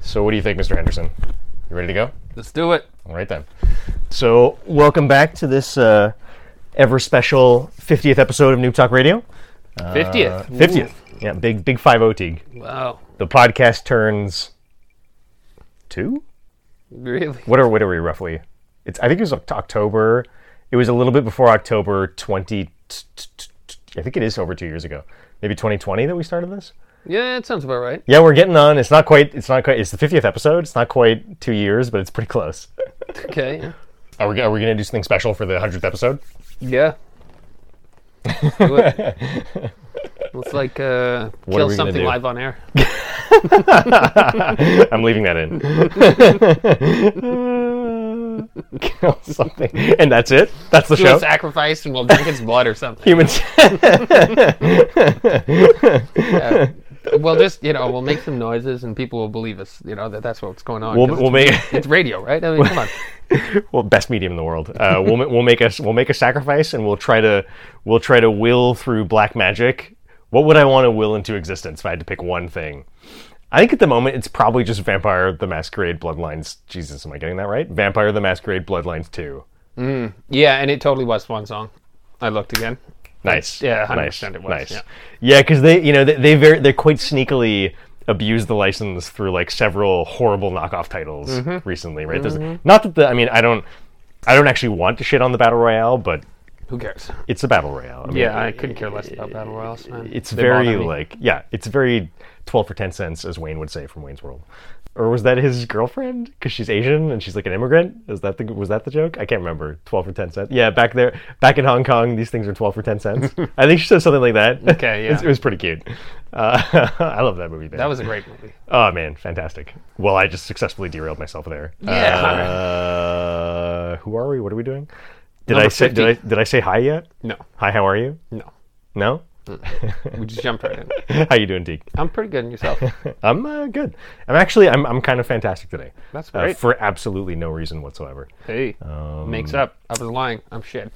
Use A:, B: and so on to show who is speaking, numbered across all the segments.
A: So, what do you think, Mr. Henderson? You ready to go?
B: Let's do it.
A: All right then. So, welcome back to this uh, ever special 50th episode of Noob Talk Radio. Uh,
B: 50th.
A: 50th. Yeah, big big five O Teague.
B: Wow.
A: The podcast turns two.
B: Really?
A: What are what are we roughly? It's I think it was Oct- October. It was a little bit before October 20. t- t- t- t- I think it is over two years ago. Maybe 2020 that we started this.
B: Yeah, it sounds about right.
A: Yeah, we're getting on. It's not quite. It's not quite. It's the 50th episode. It's not quite two years, but it's pretty close.
B: Okay. yeah.
A: Are we, are we going to do something special for the 100th episode?
B: Yeah. Do it. Let's like uh,
A: are we
B: kill
A: gonna
B: something
A: do?
B: live on air.
A: I'm leaving that in. Kill something. And that's it? That's the
B: Do a
A: show?
B: sacrifice and we'll drink its blood or something.
A: Humans.
B: Yeah. We'll just you know we'll make some noises and people will believe us. You know that that's what's going on.
A: We'll,
B: 'cause
A: we'll
B: it's,
A: make
B: it's radio, right? I mean, come on.
A: well best medium in the world. Uh, we'll ma- we'll make us we'll make a sacrifice and we'll try to we'll try to will through black magic. What would I want to will into existence if I had to pick one thing? I think at the moment it's probably just Vampire the Masquerade Bloodlines. Jesus, am I getting that right? Vampire the Masquerade Bloodlines 2.
B: Yeah, and it totally was one song. I looked again.
A: Nice.
B: Yeah,
A: nice.
B: 100% it was,
A: Nice.
B: yeah.
A: Yeah, because they, you know, they, they very, they're quite sneakily abused the license through like several horrible knockoff titles
B: Mm-hmm.
A: recently, right? There's- Not that the, I mean, I don't, I don't actually want to shit on the battle royale, but
B: Who cares?
A: it's a battle royale. I mean,
B: Yeah, I couldn't care less about battle royals. Man.
A: it's
B: They
A: very
B: bother me.
A: like, yeah, it's very twelve for ten cents, as Wayne would say from Wayne's World. Or was that his girlfriend? Because she's Asian and she's like an immigrant. Is that the was that the joke? I can't remember. Twelve for ten cents. Yeah, back there, back in Hong Kong, these things are twelve for ten cents. I think she said something like that.
B: Okay,
A: It's-
B: yeah.
A: it was pretty cute. Uh, I love that movie. Man.
B: that was a great movie.
A: oh man, fantastic. Well, I just successfully derailed myself there.
B: Yeah.
A: Uh, who are we? What are we doing? Did I
B: Number
A: say
B: 50.
A: did I, did I say hi yet?
B: No,
A: Hi, how are you?
B: no,
A: No.
B: we just jumped right in.
A: How you doing, Deke?
B: I'm pretty good in yourself.
A: I'm uh, good. I'm actually I'm I'm kind of fantastic today.
B: That's
A: Uh,
B: great.
A: for absolutely no reason whatsoever.
B: Hey,
A: Um,
B: makes up. I was lying. I'm shit.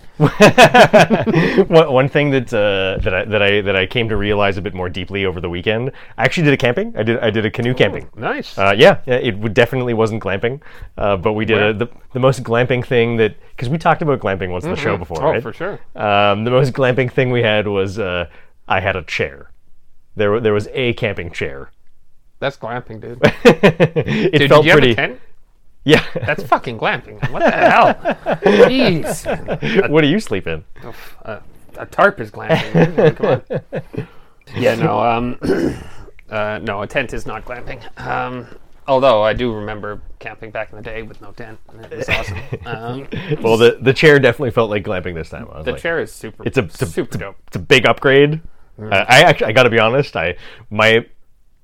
A: one, one thing that uh, that I that I that I came to realize a bit more deeply over the weekend. I actually did a camping. I did I did a canoe camping.
B: Nice.
A: Uh, yeah, yeah, it would definitely wasn't glamping, uh, but we did a, the the most glamping thing that because we talked about glamping once on the show before.
B: oh,
A: right?
B: for sure.
A: Um, the most glamping thing we had was uh, I had a chair. There wa- there was a camping chair.
B: That's glamping, dude.
A: it
B: Dude,
A: felt
B: did you
A: pretty.
B: have a tent?
A: Yeah.
B: That's fucking glamping. man. What the hell? Jeez.
A: what do you sleep in?
B: Oof, A, a tarp is glamping. man. Come on. Yeah, no. Um, uh, no, a tent is not glamping. Um, although I do remember camping back in the day with no tent. and It was awesome. Um,
A: Well, the, the chair definitely felt like glamping this time. I was
B: the
A: like,
B: chair is super.
A: It's a, it's a-
B: super
A: it's a-
B: dope.
A: It's a big upgrade. Uh, I actually, I got to be honest. I my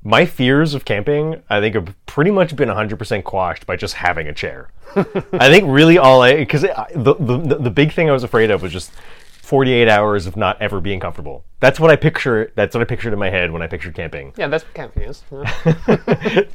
A: my fears of camping, I think, have pretty much been 100% quashed by just having a chair. I think really all I because the, the the big thing I was afraid of was just 48 hours of not ever being comfortable. That's what I picture. That's what I pictured in my head when I pictured camping.
B: Yeah, that's what camping is. you know.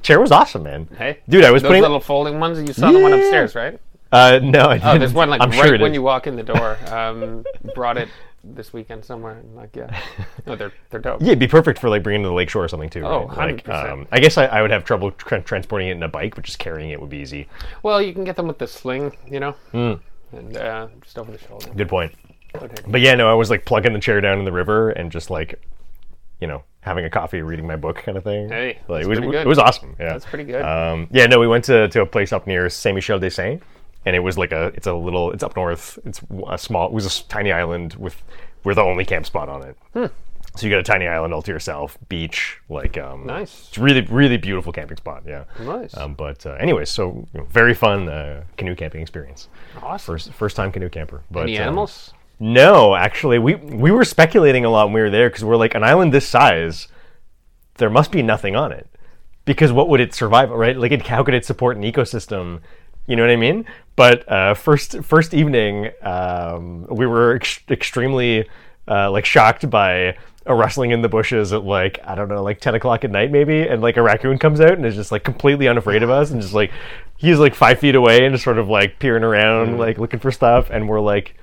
A: chair was awesome, man.
B: Hey,
A: dude, I was
B: those
A: putting.
B: little folding ones. You saw the one
A: Yeah.
B: upstairs, right?
A: uh, no, I didn't.
B: Oh, there's one like
A: I'm
B: right
A: sure it
B: when
A: is.
B: you walk in the door. Um, brought it this weekend somewhere. And like, yeah, no, they're they're dope.
A: Yeah, it'd be perfect for like bringing it to the lakeshore or something too.
B: Oh,
A: right? Like, um,
B: 100%.
A: I guess I, I would have trouble tra- transporting it in a bike, but just carrying it would be easy.
B: Well, you can get them with the sling, you know,
A: Hmm.
B: and uh, just over the shoulder.
A: Good point.
B: Okay.
A: But yeah, no, I was like plugging the chair down in the river and just like, you know, having a coffee, reading my book, kind of thing.
B: Hey,
A: like,
B: that's
A: it was
B: pretty good.
A: it was awesome. Yeah,
B: That's pretty good.
A: Um, yeah, no, we went to, to a place up near Saint Michel des Saints, and it was like a it's a little it's up north. It's a small. It was a s- tiny island with we're the only camp spot on it.
B: Hmm.
A: So you got a tiny island all to yourself, beach, like um,
B: Nice.
A: It's really really beautiful camping spot. Yeah,
B: Nice.
A: Um, but uh, anyways, so you know, very fun uh, canoe camping experience.
B: awesome.
A: First first time canoe camper. But
B: Any
A: um,
B: animals?
A: no, actually, we we were speculating a lot when we were there because we're like an island this size, there must be nothing on it because what would it survive? Right? Like, it, how could it support an ecosystem? You know what I mean? But uh, first first evening, um, we were ex- extremely uh, like shocked by a rustling in the bushes at like I don't know, like ten o'clock at night maybe, and like a raccoon comes out and is just like completely unafraid of us and just like he's like five feet away and just sort of like peering around, like looking for stuff, and we're like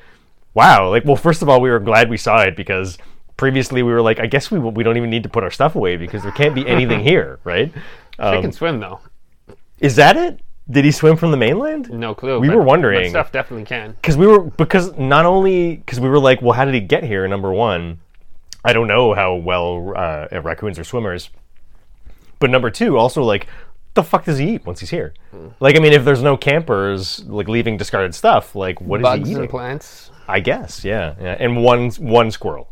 A: wow like well first of all we were glad we saw it because previously we were like i guess we, we don't even need to put our stuff away because there can't be anything here right
B: They
A: um,
B: can swim though.
A: Is that it? Did he swim from the mainland?
B: No clue.
A: We
B: but-
A: were wondering.
B: But stuff definitely can.
A: because we were because not only because we were like, well, how did he get here? Number one, I don't know how well uh, raccoons are swimmers, but number two, also like, the fuck does he eat once he's here?
B: Mm.
A: Like, I mean, if there's no campers like leaving discarded stuff, like what is
B: Bugs
A: he eating?
B: and plants.
A: I guess, yeah, yeah, and one one squirrel.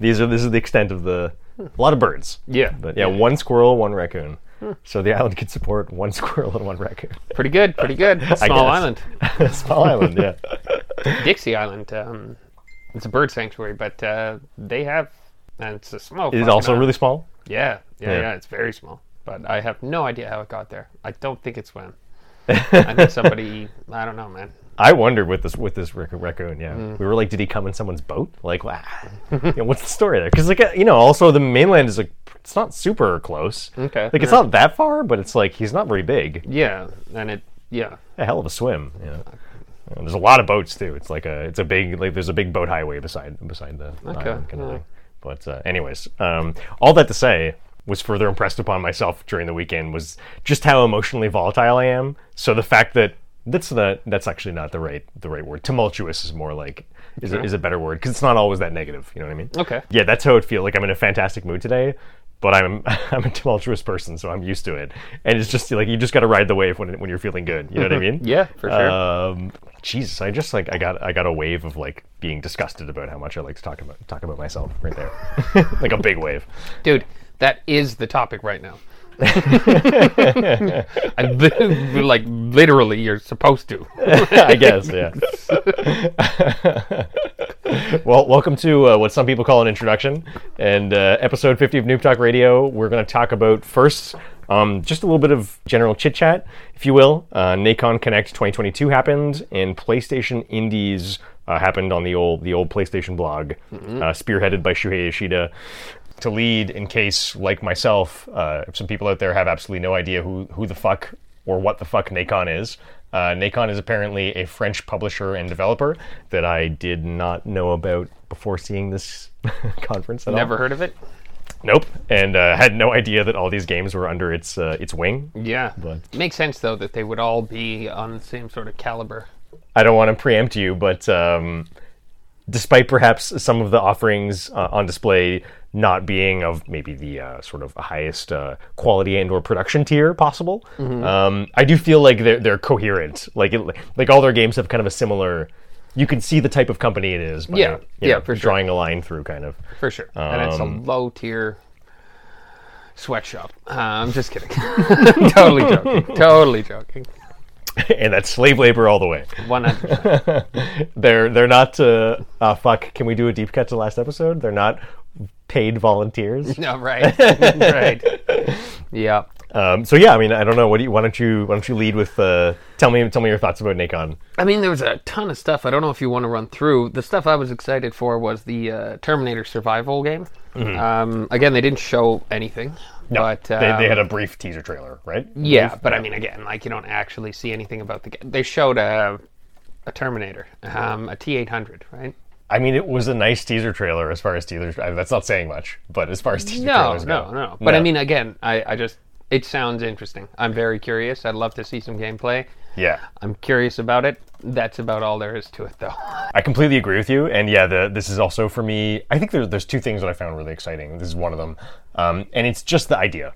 A: These are this is the extent of the a lot of birds.
B: Yeah.
A: But Hmm. yeah, Hmm. one squirrel, one raccoon. So the island could support one squirrel and one raccoon.
B: Pretty good. Pretty good. Small
A: guess.
B: island.
A: Small island, yeah.
B: Dixie Island. Um, it's a bird sanctuary, but uh, they have, and it's a small.
A: It is
B: fucking
A: also
B: island.
A: really small.
B: Yeah, yeah,
A: Yeah.
B: yeah, It's very small, but I have no idea how it got there. I don't think it swam. I think somebody. I don't know, man.
A: I wondered with this with this rac- raccoon. Yeah, we were like, did he come in someone's boat? Like, wha- you know, what's the story there? Because like uh, you know, also the mainland is like it's not super close.
B: Okay,
A: like it's
B: yeah.
A: not that far, but it's like he's not very big.
B: Yeah, and it. Yeah,
A: A hell of a swim. You know? And there's a lot of boats too. It's like a it's a big like there's a big boat highway beside beside the uh, the
B: Okay,
A: island kind of
B: yeah.
A: thing. But uh, anyways, um, all that to say was further impressed upon myself during the weekend was just how emotionally volatile I am. So the fact that that's the that's actually not the right the right word. Tumultuous is more like is a, is a better word because it's not always that negative. You know what I mean?
B: Okay.
A: Yeah, that's how it feels. Like I'm in a fantastic mood today, but I'm I'm a tumultuous person, so I'm used to it. And it's just like you just got to ride the wave when when you're feeling good. You know what I mean?
B: yeah, for sure.
A: Um, Jesus, I just like I got I got a wave of like being disgusted about how much I like to talk about talk about myself right there, like a big wave.
B: Dude, that is the topic right now. I li- like literally, you're supposed to.
A: I guess, yeah. well, welcome to uh, what some people call an introduction, and uh, episode fifty of Noob Talk Radio. We're going to talk about first. Um, just a little bit of general chit chat, if you will. Uh, Nacon Connect 2022 happened, and PlayStation Indies uh, happened on the old the old PlayStation blog, uh, spearheaded by Shuhei Yoshida to lead in case, like myself, uh, if some people out there have absolutely no idea who, who the fuck or what the fuck Nacon is. Uh, Nacon is apparently a French publisher and developer that I did not know about before seeing this conference at all.
B: Never heard of it?
A: Nope. And uh, had no idea that all these games were under its uh, its wing.
B: Yeah.
A: But-
B: Makes sense though that they would all be on the same sort of caliber.
A: I don't want to preempt you, but um, despite perhaps some of the offerings uh, on display not being of maybe the uh, sort of highest uh, quality and or production tier possible,
B: Mm-hmm.
A: um, I do feel like they're they're coherent. Like it, like all their games have kind of a similar. You can see the type of company it is. By,
B: Yeah,
A: you
B: yeah,
A: know,
B: for sure.
A: drawing a line through kind of.
B: For sure. and it's a low tier sweatshop. Uh, I'm just kidding. totally joking. Totally joking.
A: and that's slave labor all the way.
B: 100%.
A: They're they're not. Uh, uh, fuck. Can we do a deep cut to last episode? They're not paid volunteers.
B: No, right. right. Yeah.
A: Um, so yeah, I mean, I don't know. What do you? Why don't you? Why don't you lead with? Uh, tell me. Tell me your thoughts about Nacon.
B: I mean, there was a ton of stuff. I don't know if you want to run through. The stuff I was excited for was the uh, Terminator Survival game. Um, again, they didn't show anything, but um,
A: Mm-hmm. they, they had a brief teaser trailer, right?
B: yeah. But I mean, again, like you don't actually see anything about the game. They showed a a Terminator, um, a T eight hundred, right?
A: I mean, it was a nice teaser trailer as far as teaser. I that's not saying much, but as far as teaser
B: No,
A: trailers
B: no,
A: go,
B: no. But I mean, again, I, I just it sounds interesting. I'm very curious. I'd love to see some gameplay.
A: yeah,
B: I'm curious about it. That's about all there is to it, though.
A: I completely agree with you. And yeah, the, this is also for me. I think there's there's two things that I found really exciting. This is one of them, um, and it's just the idea.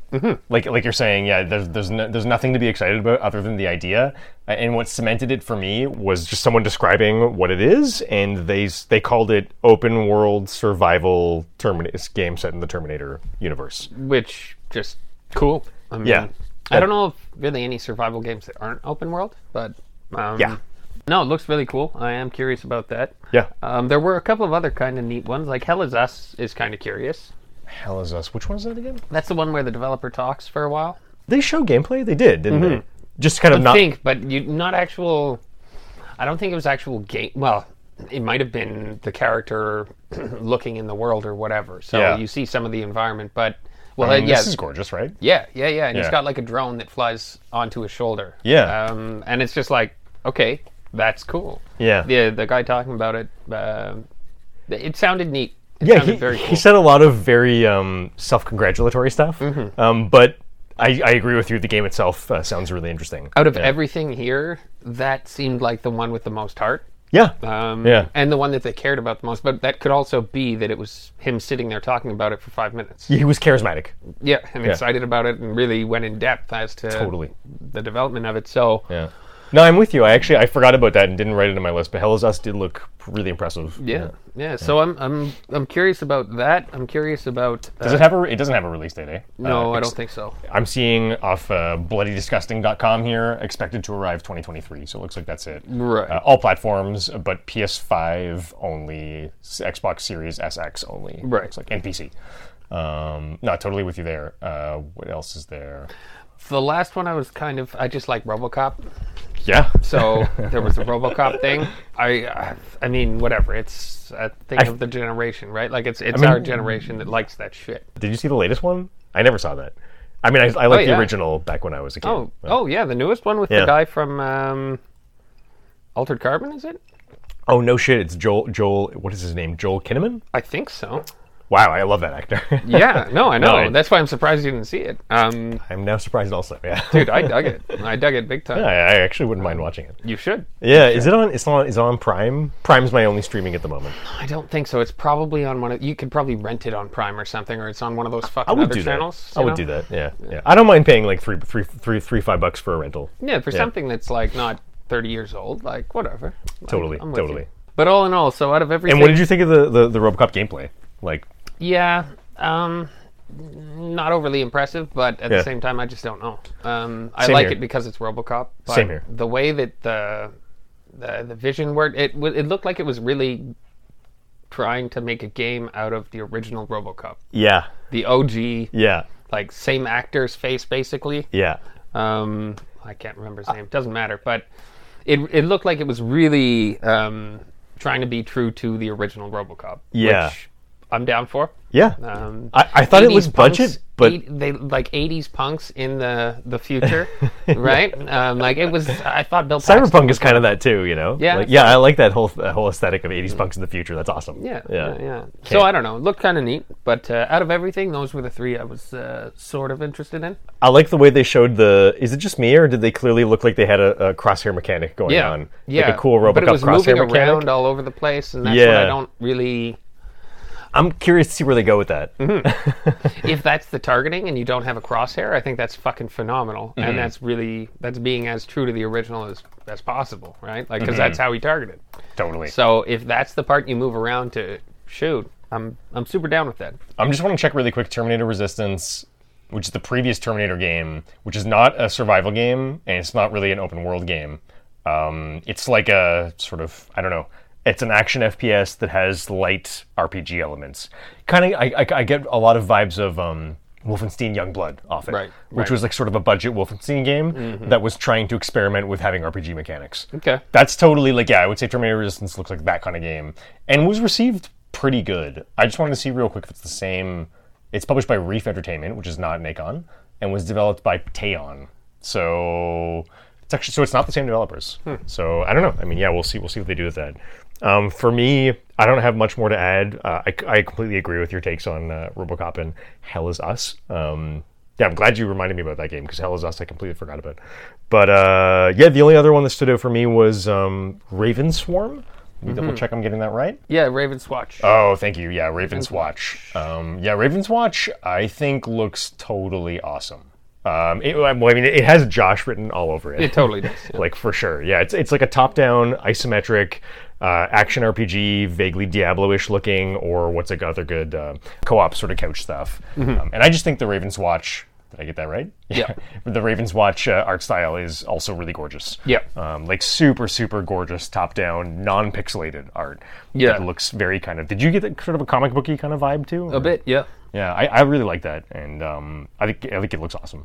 A: Like like you're saying, yeah. There's there's no, there's nothing to be excited about other than the idea. A- And what cemented it for me was just someone describing what it is, and they s- they called it open world survival Terminator game set in the Terminator universe.
B: Mm-hmm. which just cool. I mean,
A: Yeah.
B: I don't know if really any survival games that aren't open world, but um,
A: Yeah.
B: no, it looks really cool. I am curious about that.
A: Yeah.
B: um, there were a couple of other kind of neat ones, like Hell is Us is kind of curious.
A: Hell is us. Which one is that again?
B: That's the one where the developer talks for a while.
A: They show gameplay. They did, didn't they? Just kind of
B: I
A: not.
B: think, but you not actual. I don't think it was actual game. Well, it might have been the character looking in the world or whatever. So
A: Yeah.
B: you see some of the environment, but well, uh,
A: I mean,
B: yeah,
A: Mm, This is gorgeous, right?
B: Yeah, yeah, yeah. And
A: Yeah.
B: he's got like a drone that flies onto his shoulder.
A: Yeah.
B: Um, and it's just like, okay, that's cool.
A: Yeah.
B: The the guy talking about it, um, th- it sounded neat. It
A: yeah,
B: sounded
A: he,
B: very
A: he
B: cool. Mm-hmm.
A: said a lot of very um, self-congratulatory stuff, um, but I, I agree with you. The game itself uh, sounds really interesting.
B: Out of
A: yeah.
B: everything here, that seemed like the one with the most heart.
A: yeah,
B: Um,
A: Yeah.
B: And the one that they cared about the most. But that could also be that it was him sitting there talking about it for five minutes.
A: he was charismatic.
B: Yeah, and excited about it and really went in depth as to
A: Totally.
B: the development of it. So,
A: Yeah. No, I'm with you. I actually I forgot about that and didn't write it on my list. But Hell Is Us did look really impressive.
B: yeah. Yeah, so I'm I'm I'm curious about that. I'm curious about uh,
A: Does it have a? It doesn't have a release date, eh?
B: No,
A: Uh,
B: I
A: ex-
B: don't think so.
A: I'm seeing off uh, bloodydisgusting.com here, expected to arrive 2023. So it looks like that's it.
B: Right.
A: Uh, all platforms, but PS5 only, s- Xbox Series SX only.
B: Right.
A: Looks like NPC. Um, no, totally with you there. Uh, what else is there?
B: The last one I was kind of I just like RoboCop.
A: Yeah.
B: So there was the RoboCop thing. I, I, I mean, whatever. It's a thing of the generation, right? Like it's it's
A: mean-
B: our generation that likes that shit.
A: Did you see the latest one? I never saw that. I mean, I, I like
B: Oh, yeah.
A: the original back when I was a kid.
B: Oh, oh yeah, the newest one with the
A: Yeah.
B: guy from um, Altered Carbon, is it?
A: Oh, no shit. It's Joel, Joel, what is his name? Joel Kinnaman?
B: I think so.
A: Wow, I love that actor.
B: Yeah, no, I know.
A: No.
B: That's why I'm surprised you didn't see it. Um,
A: I'm now surprised also. Yeah.
B: dude, I dug it. I dug it big time.
A: I, I actually wouldn't mind watching it.
B: You should.
A: Yeah, is it on? It's on. Is it on Prime? Prime's my only streaming at the moment.
B: I don't think so. It's probably on one of. You could probably rent it on Prime or something, or it's on one of those fucking
A: I would
B: other
A: do
B: channels.
A: that. I
B: you
A: would
B: know?
A: do that. Yeah, yeah. I don't mind paying like three, three, three, three, five bucks for a rental.
B: Yeah, for something that's like not 30 years old, like whatever. Like,
A: Totally,
B: I'm with
A: totally.
B: you. But all in all, so out of everything,
A: And what did you think of the the, the RoboCop gameplay? Like,
B: yeah, um, not overly impressive, but at
A: Yeah.
B: the same time, I just don't know. Um, I
A: Same
B: like
A: here.
B: it because it's RoboCop. But
A: Same here.
B: The way that the the, the vision worked, it wa- it looked like it was really trying to make a game out of the original RoboCop,
A: yeah,
B: the OG,
A: yeah,
B: like same actor's face basically.
A: yeah, Uh,
B: Um, I can't remember his name. Doesn't matter. But it it looked like it was really um, trying to be true to the original RoboCop.
A: Yeah.
B: which I'm down for.
A: yeah.
B: Um,
A: I, I thought it
B: 80s
A: was budget,
B: punks,
A: but
B: eight- they like '80s punks in the the future, right? um, like it was. I thought Bill Paxton-
A: cyberpunk is kind of that too. You know?
B: Yeah.
A: Like, yeah, I like that whole that whole aesthetic of '80s punks in the future. That's awesome.
B: Yeah, yeah,
A: yeah,
B: yeah. So I don't know. It looked kind of neat, but uh, out of everything, those were the three I was uh, sort of interested in.
A: I like the way they showed the. Is it just me or did they clearly look like they had a, a crosshair mechanic going
B: yeah,
A: on?
B: yeah.
A: like a cool RoboCop
B: but it was
A: crosshair
B: moving
A: mechanic.
B: around all over the place, and that's what I
A: Yeah.
B: don't really
A: I'm curious to see where they go with that.
B: Mm-hmm. if that's the targeting and you don't have a crosshair, I think that's fucking phenomenal,
A: Mm-hmm.
B: and that's really that's being as true to the original as as possible, right? Like,
A: Mm-hmm.
B: because that's how he targeted.
A: Totally.
B: So if that's the part you move around to shoot, I'm I'm super down with that.
A: I'm just want to check really quick Terminator Resistance, which is the previous Terminator game, which is not a survival game and it's not really an open world game. Um, it's like a sort of I don't know. It's an action FPS that has light RPG elements. Kind of, I, I, I get a lot of vibes of um, Wolfenstein Youngblood off it,
B: Right,
A: which
B: right. Mm-hmm.
A: was like sort of a budget Wolfenstein game that was trying to experiment with having RPG mechanics.
B: Okay.
A: That's totally like yeah, I would say Terminator Resistance looks like that kind of game, and was received pretty good. I just wanted to see real quick if it's the same. It's published by Reef Entertainment, which is not Nacon, and was developed by Teon. So it's actually so it's not the same developers. So I don't know. I mean, yeah, we'll see. We'll see what they do with that. Um, for me, I don't have much more to add. Uh, I, I completely agree with your takes on uh, RoboCop and Hell Is Us. Um, yeah, I'm glad you reminded me about that game because Hell is Us, I completely forgot about. But uh, yeah, the only other one that stood out for me was um, Raven Swarm. Let me double check I'm getting that right.
B: Yeah, Raven's Watch.
A: Mm-hmm. Oh, thank you. Yeah, Raven's Watch. Um, yeah, Raven's Watch, I think, looks totally awesome. Um, it, well, I mean, it has Josh written all over
B: it totally does.
A: like for sure. Yeah, it's it's like a top-down isometric uh, action RPG, vaguely Diablo-ish looking, or what's like other good uh, co-op sort of couch stuff. Um, and I just think the Ravens Watch. Did I get that right?
B: Mm-hmm. Yeah.
A: the Ravens Watch uh, art style is also really gorgeous.
B: Yeah.
A: Um, like super, super gorgeous top-down, non-pixelated art.
B: Yeah.
A: That looks very kind of. Did you get that sort of a comic booky kind of vibe too?
B: A bit, yeah.
A: Yeah, I, I really like that, and um, I think I think it looks awesome.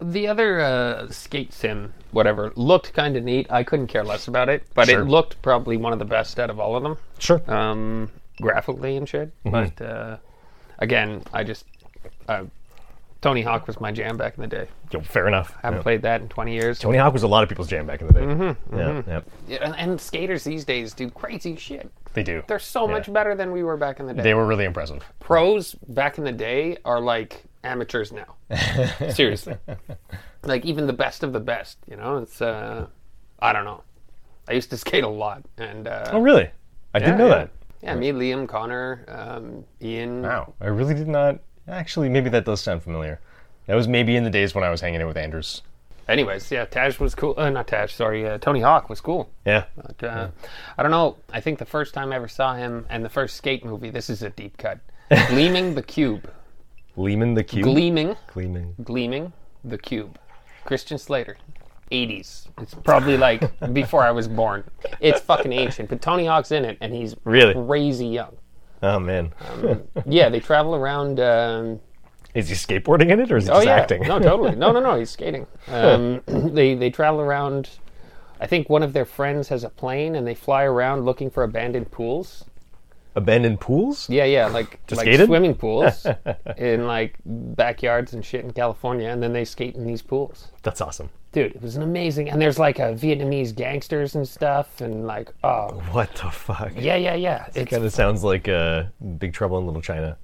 B: The other uh, skate sim, whatever, looked kind of neat. I couldn't care less about it, but
A: Sure.
B: it looked probably one of the best out of all of them.
A: Sure.
B: um, graphically and shit.
A: Mm-hmm.
B: But uh, again, I just uh, Tony Hawk was my jam back in the day.
A: Yeah, fair enough.
B: I haven't played that in 20 years.
A: Tony Hawk was a lot of people's jam back in the day.
B: Mm-hmm,
A: yeah, yeah.
B: Yeah, And, and skaters these days do crazy shit.
A: They do.
B: They're so much better than we were back in the day.
A: They were really impressive.
B: Pros back in the day are like amateurs now. Seriously, like even the best of the best. You know, it's uh, I don't know. I used to skate a lot, and uh,
A: Oh, really? I
B: yeah,
A: didn't know
B: yeah.
A: that.
B: Yeah, me, Liam, Connor, um, Ian.
A: Wow. I really did not. Actually, maybe that does sound familiar. That was maybe in the days when I was hanging out with Andrews.
B: Anyways, yeah, Taj was cool. Uh, not Taj, sorry. Uh, Tony Hawk was cool.
A: Yeah.
B: But, uh, I don't know. I think the first time I ever saw him and the first skate movie, this is a deep cut. Gleaming the Cube.
A: Gleeman the Cube.
B: Gleaming.
A: Gleaming.
B: Gleaming the Cube. Christian Slater. 80s. It's probably like before I was born. It's fucking ancient. But Tony Hawk's in it and he's
A: Really?
B: crazy young.
A: Oh man.
B: Yeah, they travel around. Um,
A: Is he skateboarding in it or is he
B: Oh
A: just
B: yeah,
A: acting?
B: no, totally. No, no, no. He's skating. Um, they they travel around. I think one of their friends has a plane, and they fly around looking for abandoned pools.
A: Abandoned pools?
B: Yeah, yeah, like like
A: skate in?
B: swimming pools in like backyards and shit in California, and then they skate in these pools.
A: That's awesome.
B: Dude, it was an amazing. And there's like a Vietnamese gangsters and stuff, and like oh
A: What the fuck?
B: yeah, yeah, yeah. It's
A: Kind of sounds like uh, Big Trouble in Little China.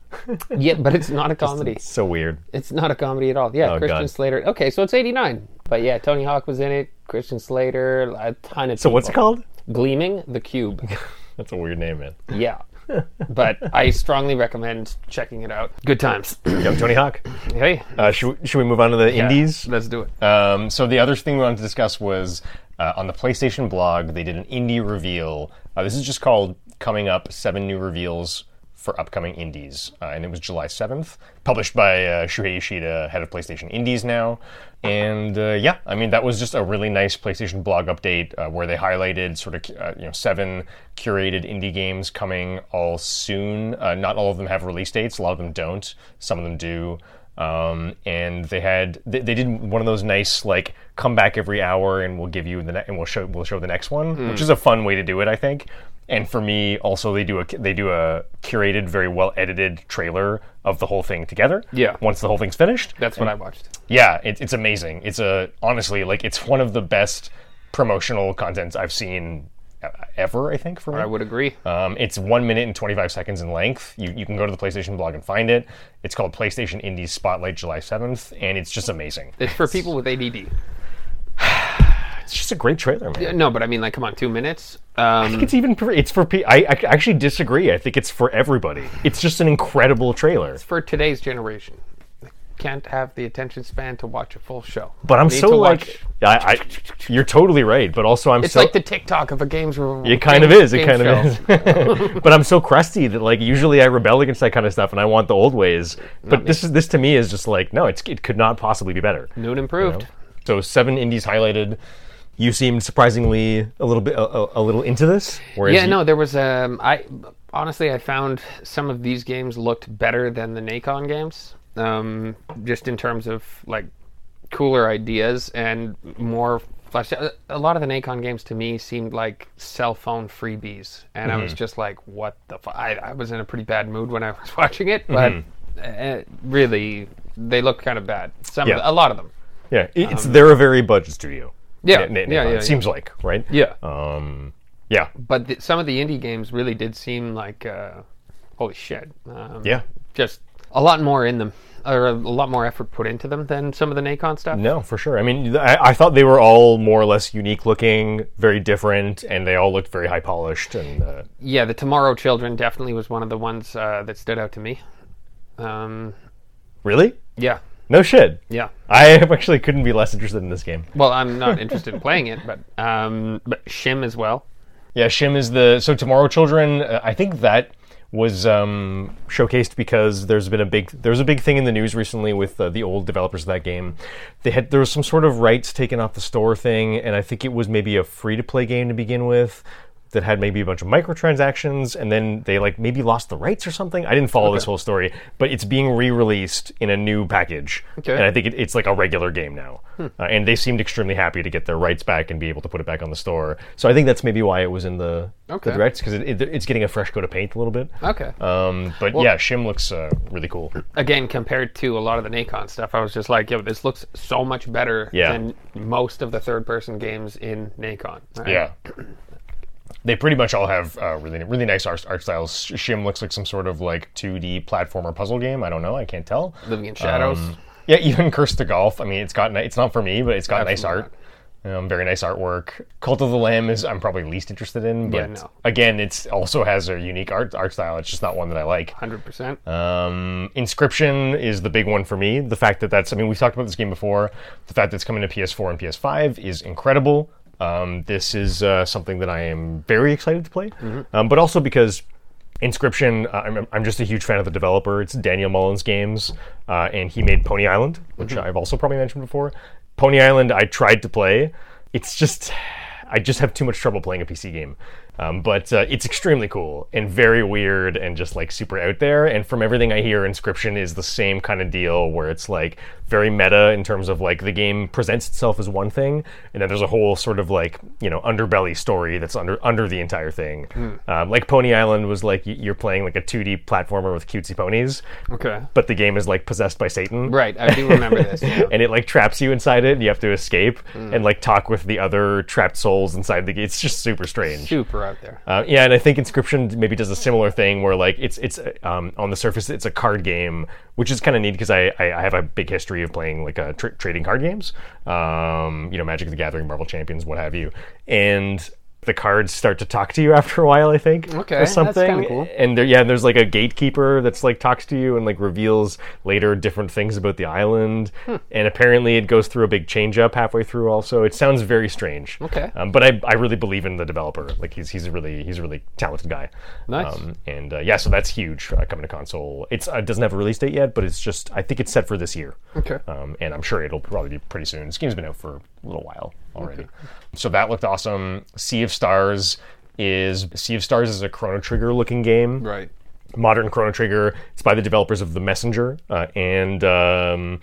B: yeah, but it's not a comedy.
A: It's so weird.
B: It's not a comedy at all. Yeah,
A: Oh,
B: Christian
A: God.
B: Slater. Okay, so it's '89. But yeah, Tony Hawk was in it. Christian Slater, a ton of.
A: So what's it called?
B: Gleaming the Cube.
A: That's a weird name, man.
B: Yeah. but I strongly recommend checking it out. Good times.
A: Yo, Tony Hawk.
B: hey,
A: Uh, should, we, should we move on to the indies?
B: let's do it.
A: Um, so the other thing we wanted to discuss was uh, on the PlayStation blog they did an indie reveal. Uh, this is just called "Coming Up: Seven New Reveals for Upcoming Indies," uh, and it was July seventh. Published by uh, Shuhei Yoshida, head of PlayStation Indies now. And uh, yeah, I mean that was just a really nice PlayStation blog update uh, where they highlighted sort of uh, you know seven curated indie games coming all soon. Uh, not all of them have release dates. A lot of them don't. Some of them do um, and they had they, they did one of those nice like come back every hour and we'll give you the ne- and we'll show we'll show the next one,
B: Hmm.
A: which is a fun way to do it, I think. And for me, also they do a they do a curated, very well edited trailer of the whole thing together.
B: Yeah.
A: Once the whole thing's finished,
B: That's what I watched.
A: yeah, it, it's amazing. It's a honestly like it's one of the best promotional contents I've seen uh, ever. I think for me,
B: I would agree.
A: um, it's one minute and 25 seconds in length. You, you can go to the PlayStation blog and find it. It's called PlayStation Indies Spotlight July 7th, and it's just amazing.
B: It's for people with ADD.
A: It's just a great trailer, man.
B: No, but I mean, like, come on, two minutes.
A: I
B: Um,
A: think it's even for, it's for pe- I, I actually disagree. I think it's for everybody. It's just an incredible trailer.
B: for today's generation, They can't have the attention span to watch a full show.
A: But I'm
B: Need
A: so
B: to
A: like
B: watch-
A: I, I, you're totally right. But also I'm
B: It's
A: so
B: like the TikTok of a games room.
A: It kind of is. It kind of is. but I'm so crusty that like usually I rebel against that kind of stuff, and I want the old ways. But this is this to me is just like no, it's it could not possibly be better.
B: Noon improved.
A: So seven indies highlighted. You seemed surprisingly a little bit a, a, a little into this. Whereas
B: Yeah,
A: you-
B: no, there was. Um, I honestly, I found some of these games looked better than the Nacon games, um, just in terms of like cooler ideas and more flesh. A a lot of the Nacon games to me seemed like cell phone freebies, and I was just like, "What the?" Fu-? I, I was in a pretty bad mood when I was watching it, but uh, really, they looked kind of bad. Some, of
A: Yeah.
B: the- a lot of them.
A: yeah, it- it's they're a very budget studio.
B: Um, Yeah,
A: Na- na-
B: yeah, yeah,
A: it
B: yeah.
A: seems like right.
B: Yeah,
A: Um, yeah,
B: but th- some of the indie games really did seem like uh, holy shit. Um,
A: yeah.
B: just a lot more in them, or a lot more effort put into them than some of the Nacon stuff.
A: No, for sure. I mean, th- I, I thought they were all more or less unique looking, very different, and they all looked very high polished. And uh,
B: Yeah, the Tomorrow Children definitely was one of the ones uh, that stood out to me. Um,
A: really,
B: yeah,
A: no shit.
B: yeah.
A: I actually couldn't be less interested in this game.
B: Well, I'm not interested in playing it, but um, but Shim as well.
A: Yeah, Shim is the so Tomorrow Children. Uh, I think that was um, showcased because there's been a big there was a big thing in the news recently with uh, the old developers of that game. They had there was some sort of rights taken off the store thing, and I think it was maybe a free to play game to begin with that had maybe a bunch of microtransactions, and then they like maybe lost the rights or something. I didn't follow this whole story, but it's being re released in a new package,
B: Okay.
A: and I think it, it's like a regular game now.
B: Hmm.
A: Uh, and they seemed extremely happy to get their rights back and be able to put it back on the store. So I think that's maybe why it was in the,
B: Okay.
A: the directs because it, it, it's getting a fresh coat of paint a little bit.
B: Okay.
A: Um, but yeah, Shim looks uh, really cool.
B: Again, compared to a lot of the Nacon stuff, I was just like, yo, this looks so much better
A: Yeah.
B: than most of the third-person games in Nacon. right?
A: Yeah. they pretty much all have uh, really really nice art, art styles. Sh- Shim looks like some sort of like 2D platformer puzzle game. I don't know. I can't tell.
B: Living in Shadows.
A: Um, yeah, even Curse to Golf. I mean, it's got ni- it's not for me, but it's got nice art. Um, very nice artwork. Cult of the Lamb is I'm probably least interested in, but
B: Yeah, no.
A: again, it's also has a unique art art style. It's just not one that I like.
B: 100%.
A: Um, Inscription is the big one for me. The fact that that's, I mean, we've talked about this game before. The fact that it's coming to PS4 and PS5 is incredible. Um, this is uh, something that I am very excited to play, um, but also because Inscription, uh, I'm, I'm just a huge fan of the developer. It's Daniel Mullins Games, uh, and he made Pony Island, which I've also probably mentioned before. Pony Island, I tried to play. It's just, I just have too much trouble playing a PC game. Um, but uh, it's extremely cool and very weird and just like super out there. And from everything I hear, Inscription is the same kind of deal where it's like very meta in terms of like the game presents itself as one thing, and then there's a whole sort of like you know underbelly story that's under under the entire thing. Um, like Pony Island was like y- you're playing like a 2D platformer with cutesy ponies,
B: Okay.
A: but the game is like possessed by Satan,
B: Right, I do remember this. Yeah.
A: and it like traps you inside it, and you have to escape
B: Hmm.
A: and like talk with the other trapped souls inside the game. It's just super strange.
B: Super out there.
A: Uh, yeah, and I think Inscription maybe does a similar thing where like it's it's uh, um, on the surface it's a card game, which is kind of neat because I, I I have a big history of playing like uh, tr trading card games, um, you know Magic the Gathering, Marvel Champions, what have you, and the cards start to talk to you after a while. I think
B: Okay,
A: or
B: that's kinda
A: something.
B: cool.
A: And there, yeah, there's like a gatekeeper that's like talks to you and like reveals later different things about the island,
B: Hmm.
A: and apparently it goes through a big change up halfway through. Also, it sounds very strange.
B: Okay.
A: Um, but I, I really believe in the developer. Like he's he's a really he's a really talented guy.
B: Nice.
A: Um, and uh, yeah, so that's huge uh, coming to console. It's uh, it doesn't have a release date yet, but it's just I think it's set for this year.
B: Okay.
A: Um, and I'm sure it'll probably be pretty soon. This game's been out for a little while already. So that looked awesome. Sea of Stars is Sea of Stars is a Chrono Trigger looking game
B: Right.
A: modern Chrono Trigger. It's by the developers of The Messenger, uh, and um,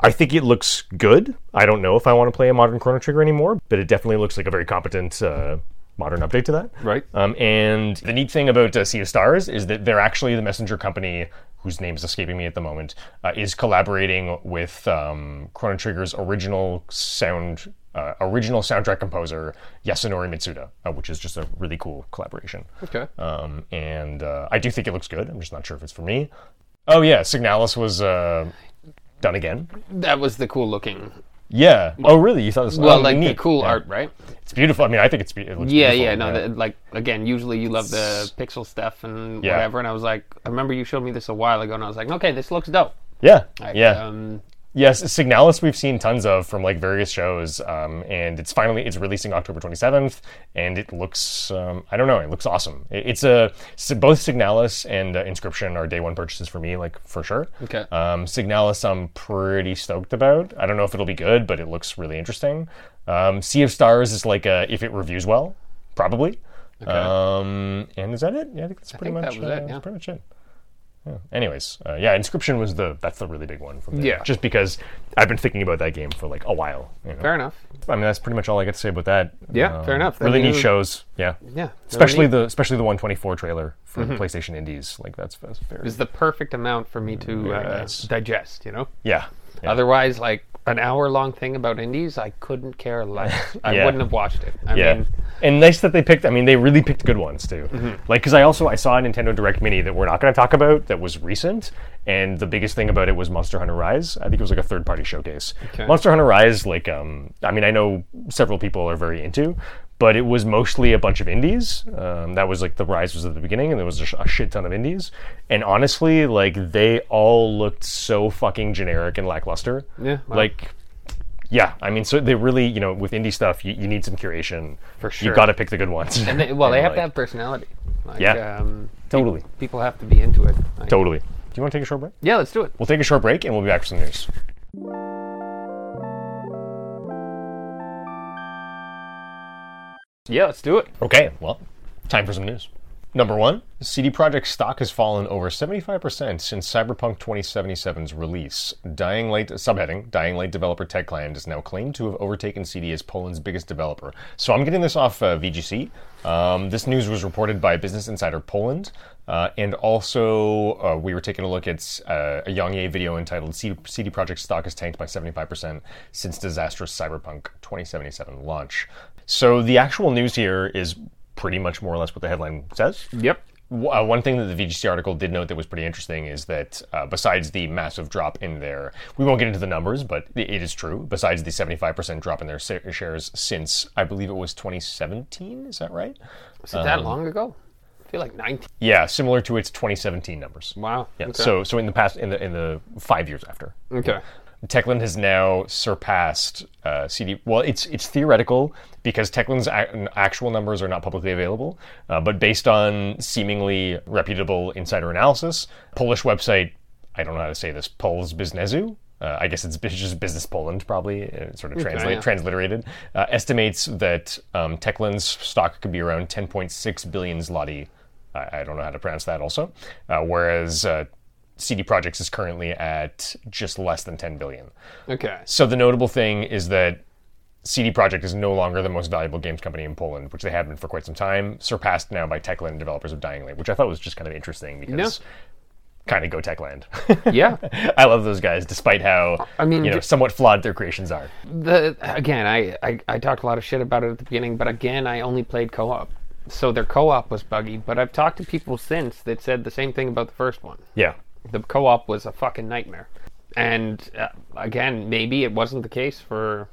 A: I think it looks good. I don't know if I want to play a modern Chrono Trigger anymore, but it definitely looks like a very competent uh, modern update to that.
B: Right.
A: Um, and the neat thing about uh, Sea of Stars is that they're actually the messenger company, whose name is escaping me at the moment, uh, is collaborating with um, Chrono Trigger's original sound. Uh, original soundtrack composer Yasunori Mitsuda, uh, which is just a really cool collaboration.
B: Okay.
A: Um, and uh, I do think it looks good. I'm just not sure if it's for me. Oh yeah, Signalis was uh, done again.
B: That was the cool looking.
A: Yeah. Oh really? You thought this?
B: Well,
A: oh,
B: like the
A: neat.
B: cool
A: Yeah.
B: art, right?
A: It's beautiful. I mean, I think it's be- it looks
B: Yeah,
A: beautiful.
B: yeah. No, the, like again, usually you love the pixel stuff and
A: Yeah.
B: whatever. And I was like, I remember you showed me this a while ago, and I was like, okay, this looks dope.
A: yeah,
B: Like,
A: yeah.
B: Um,
A: Yes, Signalis we've seen tons of from like various shows, um, and it's finally it's releasing October 27th, and it looks um, I don't know it looks awesome. It, it's a s- both Signalis and uh, Inscription are day one purchases for me like for sure.
B: Okay.
A: Um, Signalis I'm pretty stoked about. I don't know if it'll be good, but it looks really interesting. Um, sea of Stars is like a, if it reviews well, probably. Um, and is that it? Yeah, I think that's pretty
B: think
A: much
B: that was
A: uh,
B: it, yeah.
A: that's pretty much it. Yeah. Anyways, uh, yeah, Inscription was the that's the really big one from there.
B: Yeah.
A: Just because I've been thinking about that game for like a while. You know?
B: fair enough.
A: I mean, that's pretty much all I got to say about that. Um,
B: Yeah, fair enough. Then
A: Really neat
B: you-
A: shows. Yeah.
B: Yeah.
A: Especially
B: really Mm-hmm.
A: the especially the 124 trailer for the PlayStation Indies. Like that's, that's fair.
B: is the perfect amount for me to uh,
A: nice.
B: digest. You know.
A: Yeah. yeah.
B: Otherwise, like an hour long thing about indies, I couldn't care less. I
A: Yeah.
B: wouldn't have watched it. I
A: yeah.
B: mean,
A: and nice that they picked. I mean, they really picked good ones too.
B: Mm-hmm.
A: Like, because I also I saw a Nintendo Direct Mini that we're not going to talk about that was recent, and the biggest thing about it was Monster Hunter Rise. I think it was like a third party showcase.
B: Okay.
A: Monster Hunter Rise, like, um, I mean, I know several people are very into, but it was mostly a bunch of indies. Um, that was like the Rise was at the beginning, and there was a, sh- a shit ton of indies. And honestly, like, they all looked so fucking generic and lackluster.
B: Yeah, wow.
A: Like. Yeah, I mean, so they really, you know, with indie stuff, you, you need some curation.
B: For
A: You
B: sure.
A: got to pick the good ones.
B: and they, well, they have
A: like-
B: to have personality. Like,
A: Yeah.
B: Um,
A: Totally.
B: people have to be into it. Like,
A: Totally. Do you want to take a short break?
B: Yeah, let's do it.
A: We'll take a short break and we'll be back for some news.
B: Yeah, let's do it.
A: Okay, well, time for some news. Number one, CD Projekt stock has fallen over 75% since Cyberpunk 2077's release. Dying Light, subheading, Dying Light developer Techland is now claimed to have overtaken CD as Poland's biggest developer. So I'm getting this off uh, VGC. Um, this news was reported by Business Insider Poland, uh, and also uh, we were taking a look at uh, a Yang Ye video entitled CD, CD Projekt stock has tanked by 75% since disastrous Cyberpunk 2077 launch. So the actual news here is pretty much more or less what the headline says.
B: Yep.
A: W- Uh, one thing that the VGC article did note that was pretty interesting is that uh, besides the massive drop in their, we won't get into the numbers, but i- it is true. Besides the 75% drop in their sa- shares since, I believe it was 2017, is that right?
B: Was it that long ago? I feel like 19.
A: Yeah, similar to its 2017 numbers.
B: Wow.
A: Yeah.
B: Okay.
A: So, so in the past, in the in the five years after,
B: Okay.
A: Techland has now surpassed uh, CD. Well, it's it's theoretical because Techland's ac- actual numbers are not publicly available, uh, but based on seemingly reputable insider analysis, Polish website. I don't know how to say this. Pols Biznesu. Uh, I guess it's bus- just business Poland, probably uh, sort of translate,
B: yeah.
A: transliterated. Uh, estimates that um, Techland's stock could be around 10.6 billion zloty. I, I don't know how to pronounce that. Also, uh, whereas uh, CD Projects is currently at just less than 10 billion.
B: Okay.
A: So the notable thing is that CD Projekt is no longer the most valuable games company in Poland, which they have been for quite some time, surpassed now by Techland, developers of Dying Light, which I thought was just kind of interesting because kind of go Techland.
B: Yeah.
A: I love those guys, despite how
B: I mean,
A: you know
B: j-
A: somewhat flawed their creations are.
B: The again, I, I I talked a lot of shit about it at the beginning, but again, I only played co-op, so their co-op was buggy. But I've talked to people since that said the same thing about the first one.
A: Yeah,
B: the co-op was a fucking nightmare. And uh, again, maybe it wasn't the case for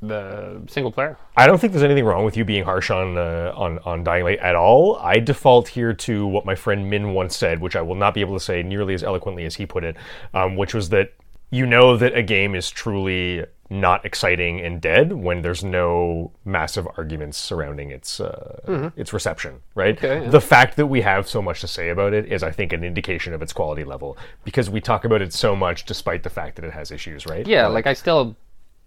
B: the single player.
A: I don't think there's anything wrong with you being harsh on uh, on on Dying Light at all. I default here to what my friend Min once said, which I will not be able to say nearly as eloquently as he put it, um, which was that you know that a game is truly not exciting and dead when there's no massive arguments surrounding its uh, its reception. Right.
B: Mm-hmm. Okay, yeah.
A: The fact that we have so much to say about it is, I think, an indication of its quality level because we talk about it so much, despite the fact that it has issues. Right.
B: Yeah, like I still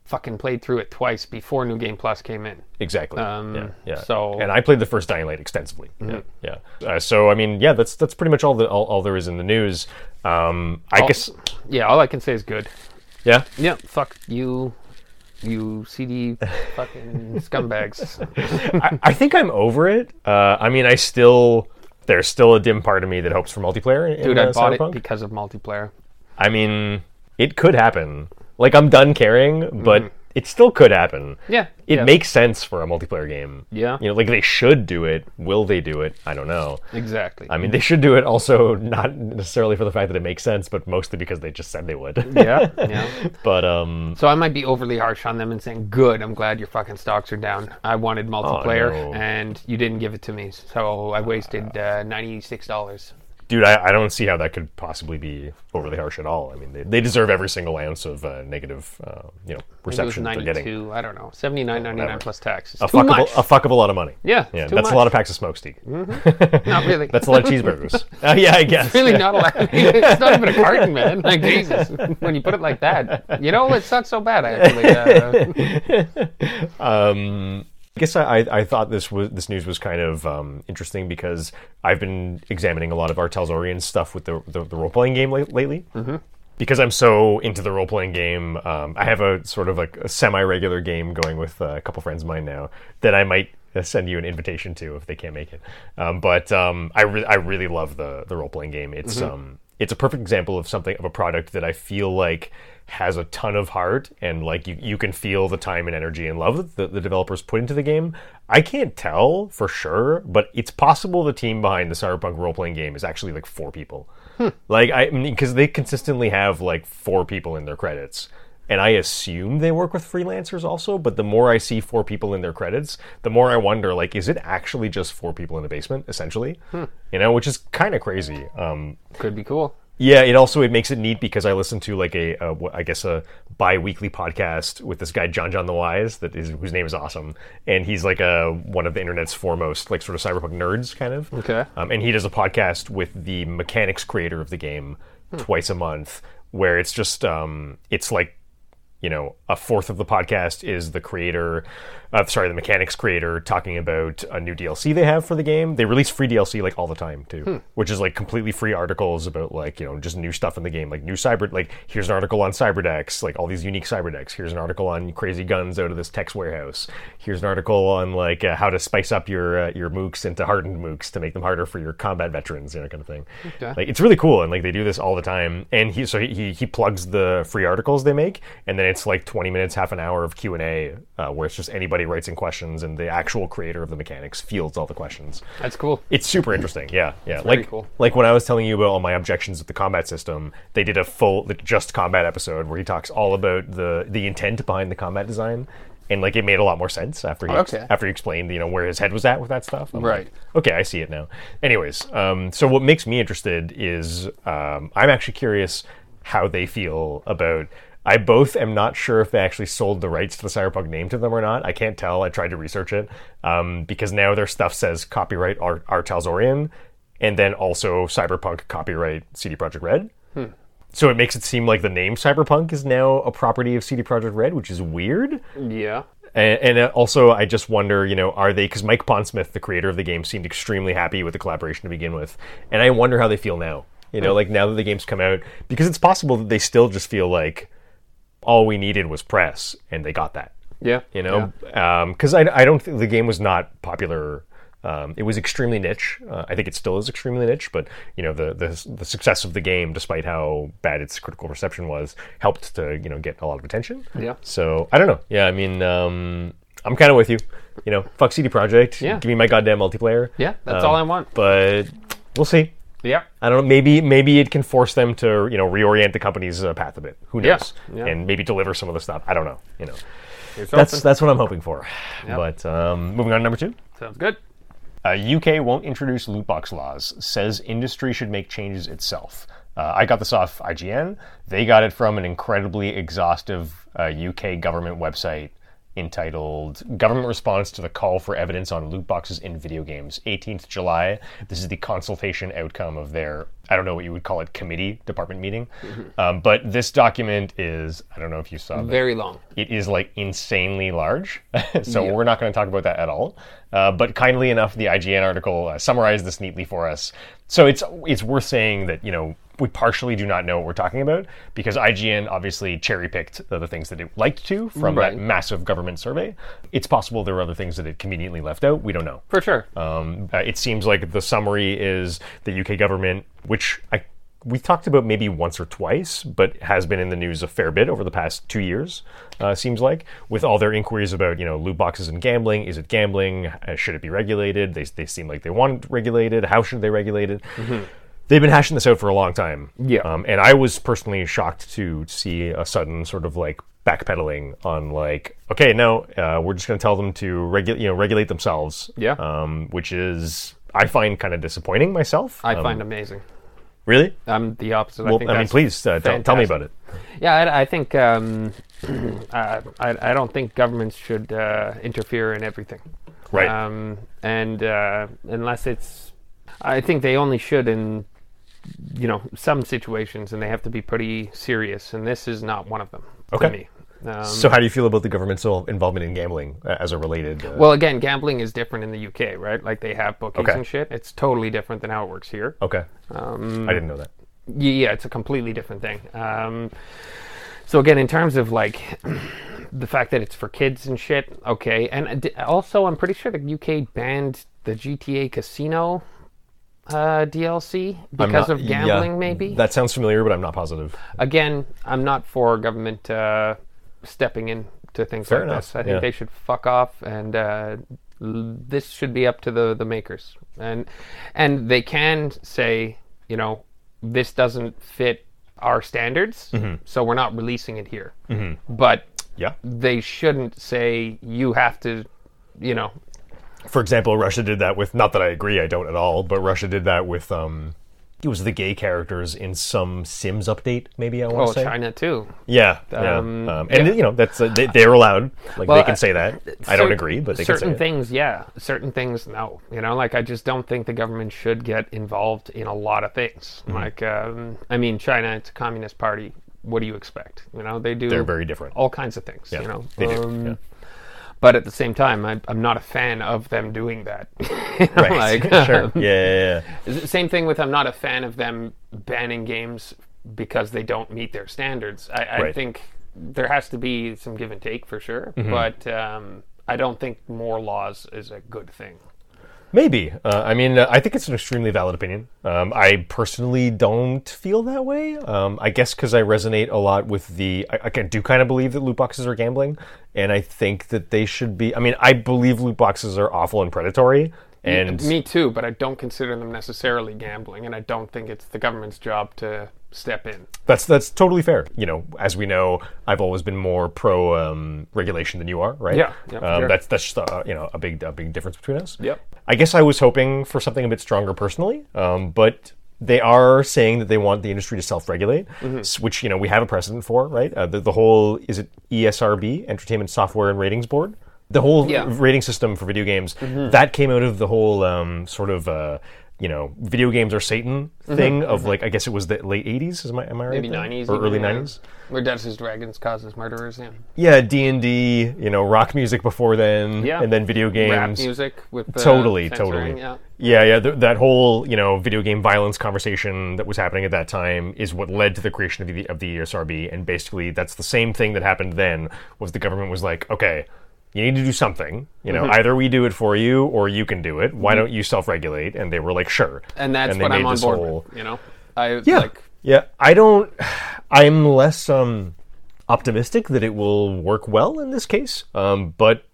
B: fucking played through it twice before New Game Plus came in.
A: Exactly.
B: Um,
A: yeah, yeah.
B: so- Mm-hmm.
A: and I played the first Dying Light extensively. Yeah. yeah. Uh, so I mean, yeah, that's that's pretty much all the all, all there is in the news. Um, I
B: Oh.
A: guess.
B: Yeah, all I can say is good.
A: Yeah.
B: Yeah, fuck you, you CD fucking scumbags.
A: I, I think I'm over it. Uh, I mean, I still there's still a dim part of me that hopes for multiplayer. In,
B: Dude,
A: uh,
B: I bought
A: Cyberpunk.
B: it because of multiplayer.
A: I mean, it could happen. Like I'm done caring, but it still could happen.
B: Mm-hmm. Yeah,
A: It
B: yeah.
A: makes sense for a multiplayer game.
B: Yeah.
A: You know, like they should do it. Will they do it? I don't know.
B: Exactly.
A: I mean, they should do it also not necessarily for the fact that it makes sense, but mostly because they just said they would.
B: yeah, yeah.
A: but um,
B: So I might be overly harsh on them and saying, "Good, I'm glad your fucking stocks are down. I wanted multiplayer
A: Oh, no.
B: and you didn't give it to me, so I wasted uh, ninety six dollars."
A: dude, I, I don't see how that could possibly be overly harsh at all. I mean, they, they deserve every single ounce of uh, negative, uh, you know,
B: It was
A: reception they're
B: ninety
A: getting. Oh,
B: two. I don't know, seventy nine ninety nine
A: Whatever.
B: plus tax. It's
A: A
B: too
A: fuckable,
B: much.
A: a fuckable lot of money.
B: Yeah,
A: yeah,
B: it's
A: that's
B: too
A: a
B: much. Mm-hmm.
A: lot of packs of smoke stick.
B: not really.
A: That's a lot of cheeseburgers. uh, yeah, I guess.
B: really not allowed. it's not even a carton, man. Like Jesus, when you put it like that, you know, it's not so bad actually. Uh,
A: Um, I guess I, I, I thought this was this news was kind of um, interesting because I've been examining a lot of Artel's Orient stuff with the the, the role playing game late, lately. Mm-hmm. Because I'm so into the role playing game, um, I have a sort of like a semi regular game going with uh, a couple friends of mine now that I might uh, send you an invitation to if they can't make it. Um, but um, I re- I really love the the role playing game. It's um it's a perfect example of something of a product that I feel like has a ton of heart and like you, you can feel the time and energy and love that the, the developers put into the game. I can't tell for sure, but it's possible the team behind the Cyberpunk role playing game is actually like four people. Like I mean, because they consistently have like four people in their credits. And I assume they work with freelancers also, but the more I see four people in their credits, the more I wonder, like, is it actually just four people in the basement, essentially? You know, which is kind of crazy. Um,
B: could be cool.
A: yeah, it also it makes it neat because I listen to like a, a what- I guess a bi-weekly podcast with this guy John John the Wise that is whose name is awesome, and he's like a one of the internet's foremost like sort of cyberpunk nerds kind of.
B: Okay.
A: Um, and he does a podcast with the mechanics creator of the game twice a month, where it's just um, it's like you know a fourth of the podcast is the creator uh, sorry the mechanics creator talking about a new dlc they have for the game they release free dlc like all the time too which is like completely free articles about like you know just new stuff in the game like new cyber like here's an article on cyberdecks like all these unique cyberdecks here's an article on crazy guns out of this tex warehouse here's an article on like uh, how to spice up your uh, your moocs into hardened moocs to make them harder for your combat veterans you know kind of thing
B: Okay.
A: like it's really cool and like they do this all the time and he so he, he, he plugs the free articles they make and then then it's like 20 minutes, half an hour of Q and A, uh, where it's just anybody writes in questions, and the actual creator of the mechanics fields all the questions.
B: That's cool.
A: It's super interesting. Yeah, yeah.
B: very
A: like
B: cool.
A: like when I was telling you about all my objections with the combat system, they did a full like, just combat episode where he talks all about the the intent behind the combat design, and like it made a lot more sense after he
B: Okay.
A: after he explained you know where his head was at with that stuff. I'm like,
B: Right.
A: okay, I see it now. Anyways, um, so what makes me interested is um, I'm actually curious how they feel about. I both am not sure if they actually sold the rights to the Cyberpunk name to them or not. I can't tell. I tried to research it um, because now their stuff says copyright Ar- Artalzorian and then also Cyberpunk copyright CD Projekt Red. So it makes it seem like the name Cyberpunk is now a property of CD Projekt Red, which is weird.
B: Yeah.
A: And, and also, I just wonder, you know, are they, because Mike Pondsmith, the creator of the game, seemed extremely happy with the collaboration to begin with. And I wonder how they feel now, you know, like now that the game's come out, because it's possible that they still just feel like all we needed was press and they got that,
B: Yeah.
A: you know? Because I, I don't think the game was not popular. Um, it was extremely niche. Uh, I think it still is extremely niche, but you know the, the the success of the game, despite how bad its critical reception was, helped to you know get a lot of attention.
B: Yeah.
A: So I don't know. Yeah, I mean, um, I'm kind of with you. You know, fuck CD Project.
B: Yeah.
A: Give me my goddamn multiplayer. Um,
B: Yeah, that's all I want.
A: But we'll see.
B: Yeah.
A: I don't know. Maybe maybe it can force them to you know reorient the company's uh, path a bit. Who
B: Yeah,
A: knows?
B: yeah.
A: And maybe deliver some of the stuff. I don't know. You know,
B: Here's
A: that's
B: hoping.
A: that's what I'm hoping for. But um, moving on to number two.
B: Sounds good.
A: Uh, UK won't introduce loot box laws, says industry should make changes itself. Uh, I got this off IGN. They got it from an incredibly exhaustive uh, UK government website entitled Government Response to the Call for Evidence on Loot Boxes in Video Games, 18th July. This is the consultation outcome of their, I don't know what you would call it, committee department meeting. Um, but this document is, I don't know if you saw that
B: Very long.
A: it is like insanely large. so we're not going to talk about that at all. Uh, but kindly enough, the IGN article uh, summarized this neatly for us. So it's it's worth saying that you know we partially do not know what we're talking about because IGN obviously cherry picked the, the things that it liked to from
B: Right.
A: that massive government survey. It's possible there were other things that it conveniently left out. We don't know.
B: For sure.
A: Um, uh, it seems like the summary is the UK government, which I we talked about maybe once or twice, but has been in the news a fair bit over the past two years. Uh, seems like with all their inquiries about you know loot boxes and gambling, is it gambling? Uh, should it be regulated? They they seem like they want it regulated. How should they regulate it? They've been hashing this out for a long time.
B: Mm-hmm. Yeah.
A: Um, and I was personally shocked to see a sudden sort of like backpedaling on like, okay, no, uh, we're just going to tell them to regulate, you know, regulate themselves.
B: Yeah.
A: Um, which is I find kind of disappointing myself.
B: I
A: Um,
B: find amazing.
A: really.
B: I'm the opposite. I,
A: Well,
B: think
A: I, mean,
B: that's-
A: please uh, tell, tell me
B: fantastic.
A: about it.
B: Yeah, I, I think um, uh, I, I don't think governments should uh, interfere in everything.
A: Right.
B: Um, and uh, unless it's, I think they only should in, you know, some situations, and they have to be pretty serious. And this is not one of them.
A: Okay.
B: To me. Um,
A: so, how do you feel about the government's involvement in gambling uh, as a related? Uh,
B: well, again, gambling is different in the UK, right? Like they have bookies
A: Okay.
B: and shit. It's totally different than how it works here.
A: okay.
B: um,
A: I didn't know that.
B: Y- yeah, it's a completely different thing. Um, so again, in terms of like the fact that it's for kids and shit, okay. And uh, d- also, I'm pretty sure the UK banned the GTA Casino uh, DLC
A: I'm not-
B: because of
A: yeah,
B: gambling, maybe.
A: that sounds familiar, but I'm not positive.
B: again, I'm not for government uh, stepping in to things like
A: enough,
B: this. I think
A: yeah.
B: they should fuck off, and uh, l- this should be up to the the makers. And and they can say, you know, this doesn't fit our standards,
A: Mm-hmm.
B: so we're not releasing it here. But
A: Yeah.
B: they shouldn't say you have to, you know,
A: for example, Russia did that with not that I agree, I don't at all, but Russia did that with um it was the gay characters in some Sims update, maybe I want
B: oh
A: to say.
B: China too.
A: Yeah, yeah. Um,
B: Um,
A: and you know that's uh, they, they're allowed. Like
B: Well, uh,
A: they can say that. I don't
B: Cer-
A: agree, but they can
B: certain
A: say it.
B: things, yeah, certain things, no. You know, like I just don't think the government should get involved in a lot of things.
A: Hmm.
B: Like, um, I mean, China, it's a communist party. What do you expect? You know, they do.
A: They're very different.
B: All kinds of things. You know,
A: they do,
B: Um,
A: yeah.
B: But at the same time, I, I'm not a fan of them doing that. You know,
A: Right.
B: like,
A: sure. Yeah, yeah, yeah.
B: is it- Same thing with I'm not a fan of them banning games because they don't meet their standards. I, I
A: Right. Mm-hmm.
B: think there has to be some give and take for sure, but um, I don't think more laws is a good thing.
A: Maybe. Uh, I mean, uh, I think it's an extremely valid opinion. Um, I personally don't feel that way. Um, I guess because I resonate a lot with the. I, I can- do kind of believe that loot boxes are gambling, and I think that they should be. I mean, I believe loot boxes are awful and predatory, and
B: Me too, but I don't consider them necessarily gambling, and I don't think it's the government's job to step in.
A: that's that's totally fair. You know, as we know, I've always been more pro um, regulation than you are, right?
B: Yeah, yeah,
A: um,
B: sure.
A: That's that's just, uh, you know a big a big difference between us.
B: Yep.
A: I guess I was hoping for something a bit stronger personally, um, but they are saying that they want the industry to self-regulate,
B: Mm-hmm.
A: s- which you know we have a precedent for, right? Uh, the, the whole is it E ESRB, Entertainment Software and Ratings Board, the whole
B: Yeah. Mm-hmm.
A: rating system for video games that came out of the whole um, sort of. Uh, you know, video games are Satan thing of like I guess it was the late '80s. Is my am I right?
B: Mm-hmm. Maybe
A: there?
B: 90s.
A: or
B: even,
A: early
B: yeah.
A: '90s?
B: Where Dungeons Dragons causes murderers, yeah.
A: Yeah, D and D. You know, rock music before then,
B: Yeah.
A: and then video games.
B: Rap music with the
A: totally
B: censoring,
A: totally
B: Yeah.
A: yeah yeah th- that whole you know video game violence conversation that was happening at that time is what led to the creation of the, E of the esrb and basically that's the same thing that happened then was the government was like okay you need to do something you
B: Mm-hmm.
A: know either we do it for you or you can do it why don't you self-regulate and they were like sure
B: And that's
A: they
B: what I'm
A: made
B: on
A: this
B: board
A: whole-
B: with, you know? I
A: yeah.
B: like
A: yeah, I don't. I'm less um, optimistic that it will work well in this case, um, but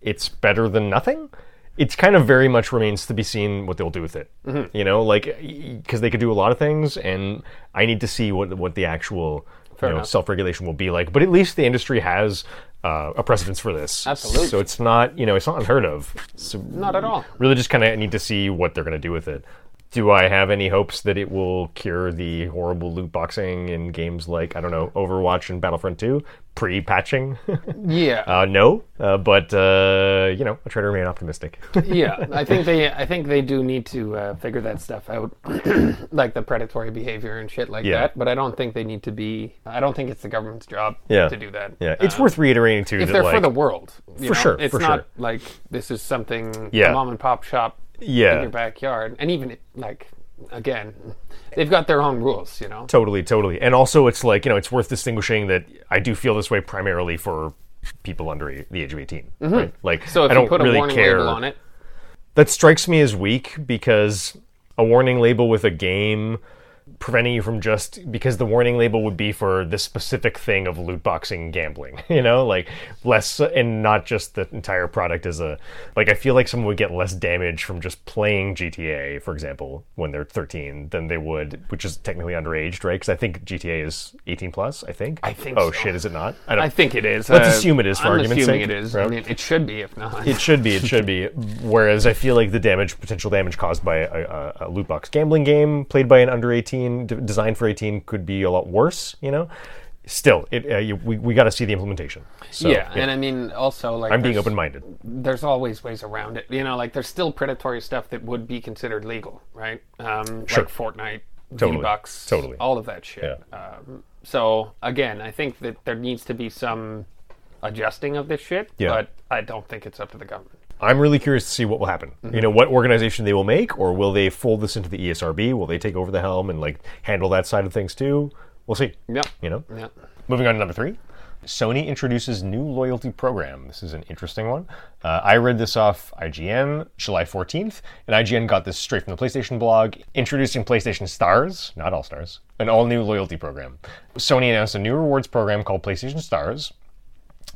A: it's better than nothing. It's kind of very much remains to be seen what they'll do with it.
B: Mm-hmm.
A: You know, like because they could do a lot of things, and I need to see what what the actual you know,
B: enough.
A: self-regulation will be like. But at least the industry has uh, a precedence for this.
B: Absolutely.
A: So it's not you know it's not unheard of. So
B: not at all.
A: really just kind of need to see what they're going to do with it. Do I have any hopes that it will cure the horrible loot boxing in games like I don't know Overwatch and Battlefront 2 pre-patching?
B: Yeah.
A: uh, no, uh, but uh, you know I try to remain optimistic.
B: yeah, I think they, I think they do need to uh, figure that stuff out, like the predatory behavior and shit like
A: Yeah.
B: that. But I don't think they need to be. I don't think it's the government's job
A: Yeah.
B: to do that. Uh,
A: yeah, it's worth reiterating too
B: if
A: that
B: they're
A: like
B: for the world, you
A: For
B: know?
A: sure,
B: It's
A: for
B: not
A: sure.
B: like this is something
A: Yeah.
B: a mom and pop shop in
A: yeah,
B: your backyard, and even like again, they've got their own rules, you know.
A: Totally, totally. And also, it's like, you know, it's worth distinguishing that I do feel this way primarily for people under e, the age of 18.
B: Mm-hmm.
A: right? Like,
B: So if
A: I don't
B: you put
A: really
B: a warning
A: care.
B: label on it,
A: That strikes me as weak because a warning label with a game preventing you from just because the warning label would be for this specific thing of loot boxing gambling you know like less and not just the entire product as a like i feel like someone would get less damage from just playing gta for example when they're 13 than they would which is technically underage right because i think gta is 18 plus i think i
B: think
A: oh
B: so.
A: shit is it not i don't
B: I think it is. uh,
A: Let's assume it is for
B: I'm
A: argument's
B: assuming
A: sake,
B: it is. I
A: right?
B: mean, it should be if not.
A: It should be. It should be. Whereas I feel like the damage, potential damage caused by a, a, a loot box gambling game played by an under eighteen, d- designed for eighteen, could be a lot worse. You know. Still, it, uh, you, we we got to see the implementation. So,
B: yeah, and I mean also like
A: I'm being
B: there's-
A: open minded.
B: there's always ways around it. You know, like there's still predatory stuff that would be considered legal, right? Um,
A: Sure.
B: Like Fortnite,
A: Totally.
B: V-Bucks,
A: Totally.
B: all of that shit. Um, so again, I think that there needs to be some adjusting of this shit,
A: Yeah.
B: but I don't think it's up to the government.
A: I'm really curious to see what will happen.
B: Mm-hmm.
A: You know, what organization they will make, or will they fold this into the E ESRB? Will they take over the helm and like handle that side of things too? We'll see.
B: Yeah.
A: You know.
B: Yeah.
A: Moving on to number three. Sony introduces new loyalty program. This is an interesting one. Uh, I read this off IGN July 14th, and IGN got this straight from the PlayStation blog. Introducing PlayStation Stars, not All Stars, an all new loyalty program. Sony announced a new rewards program called PlayStation Stars,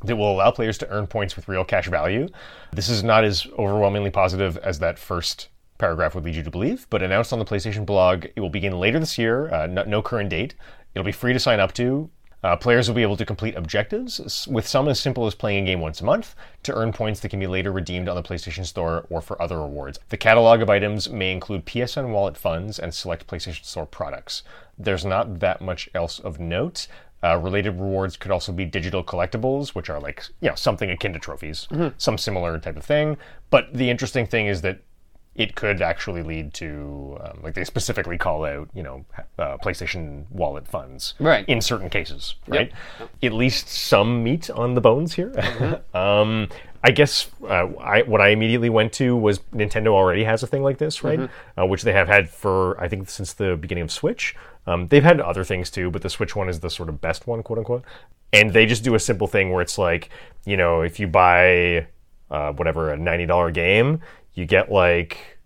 A: that will allow players to earn points with real cash value. This is not as overwhelmingly positive as that first paragraph would lead you to believe, but announced on the PlayStation blog, it will begin later this year, uh, no, no current date. It'll be free to sign up to. Uh, players will be able to complete objectives, s- with some as simple as playing a game once a month, to earn points that can be later redeemed on the PlayStation Store or for other rewards. The catalog of items may include PSN wallet funds and select PlayStation Store products. There's not that much else of note. Uh, related rewards could also be digital collectibles, which are like you know something akin to trophies, some similar type of thing. But the interesting thing is that it could actually lead to um, like they specifically call out you know uh, PlayStation Wallet funds
B: Right.
A: in certain cases, right? At least some meat on the bones here.
B: Mm-hmm.
A: um, I guess uh, I, what I immediately went to was Nintendo already has a thing like this, right?
B: Mm-hmm.
A: Uh, which they have had for I think since the beginning of Switch. Um, they've had other things too, but the Switch one is the sort of best one, quote unquote. And they just do a simple thing where it's like, you know, if you buy uh, whatever a ninety dollar game, you get like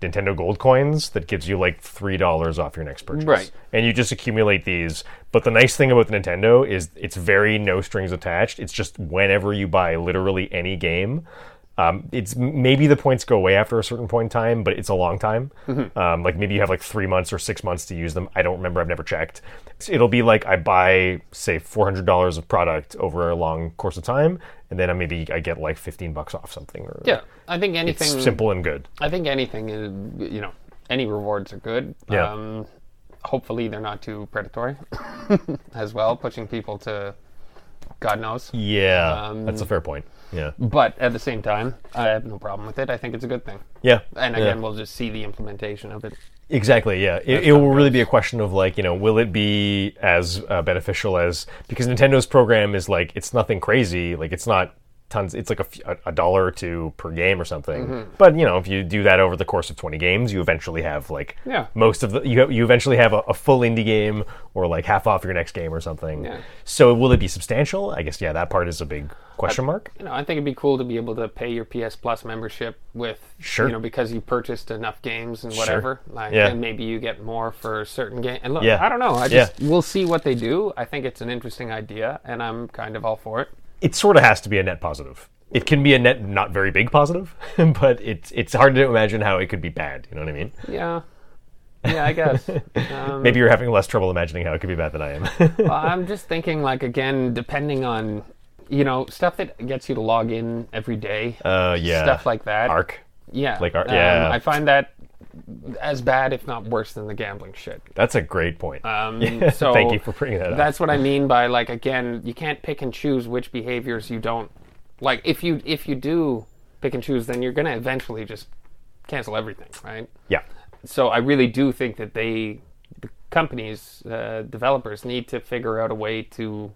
A: Nintendo Gold coins that gives you like three dollars off your next purchase.
B: Right.
A: And you just accumulate these. But the nice thing about the Nintendo is it's very no strings attached. It's just whenever you buy literally any game. Um, it's maybe the points go away after a certain point in time, but it's a long time.
B: Mm-hmm.
A: Um, like maybe you have like three months or six months to use them. I don't remember. I've never checked. So it'll be like I buy say four hundred dollars of product over a long course of time, and then I maybe I get like fifteen bucks off something. Or,
B: Yeah, I think
A: It's
B: anything.
A: simple and good.
B: I think anything is, you know, any rewards are good.
A: Yeah.
B: Um, hopefully, they're not too predatory as well, pushing people to God knows.
A: Yeah, that's
B: Um,
A: a fair point. Yeah,
B: But at the same time, I have no problem with it. I think it's a good thing.
A: yeah,
B: And again, we'll just see the implementation of it.
A: exactly. Yeah, it, it will really be a question of like, you know, will it be as uh, beneficial as because Nintendo's program is like it's nothing crazy, like it's not tons. It's like a, f- a- a dollar or two per game or something.
B: Mm-hmm.
A: But you know, if you do that over the course of twenty games, you eventually have like
B: Yeah.
A: most of the you you eventually have a, a full indie game or like half off your next game or something.
B: Yeah.
A: So will it be substantial? I guess yeah, that part is a big question mark.
B: You know, I think it'd be cool to be able to pay your PS Plus membership with,
A: Sure.
B: you know, because you purchased enough games and whatever. Like,
A: Yeah.
B: And maybe you get more for certain game. And look,
A: Yeah.
B: I don't know. I
A: Yeah.
B: just we'll see what they do. I think it's an interesting idea, and I'm kind of all for it.
A: it sort of has to be a net positive. It can be a net not very big positive, but it's it's hard to imagine how it could be bad. You know what I mean?
B: Yeah. Yeah, I guess. um,
A: Maybe you're having less trouble imagining how it could be bad than I am.
B: I'm just thinking, like, again, depending on, you know, stuff that gets you to log in every day,
A: uh, yeah.
B: stuff like that.
A: Arc.
B: Yeah. um,
A: Like our- yeah.
B: I find that as bad, if not worse, than the gambling shit.
A: That's a great point.
B: Um,
A: Yeah,
B: so
A: thank you for bringing that up.
B: That's what I mean by like again, you can't pick and choose which behaviors you don't like. If you if you do pick and choose, then you're gonna eventually just cancel everything, right?
A: yeah.
B: So I really do think that they, the companies, uh, developers need to figure out a way to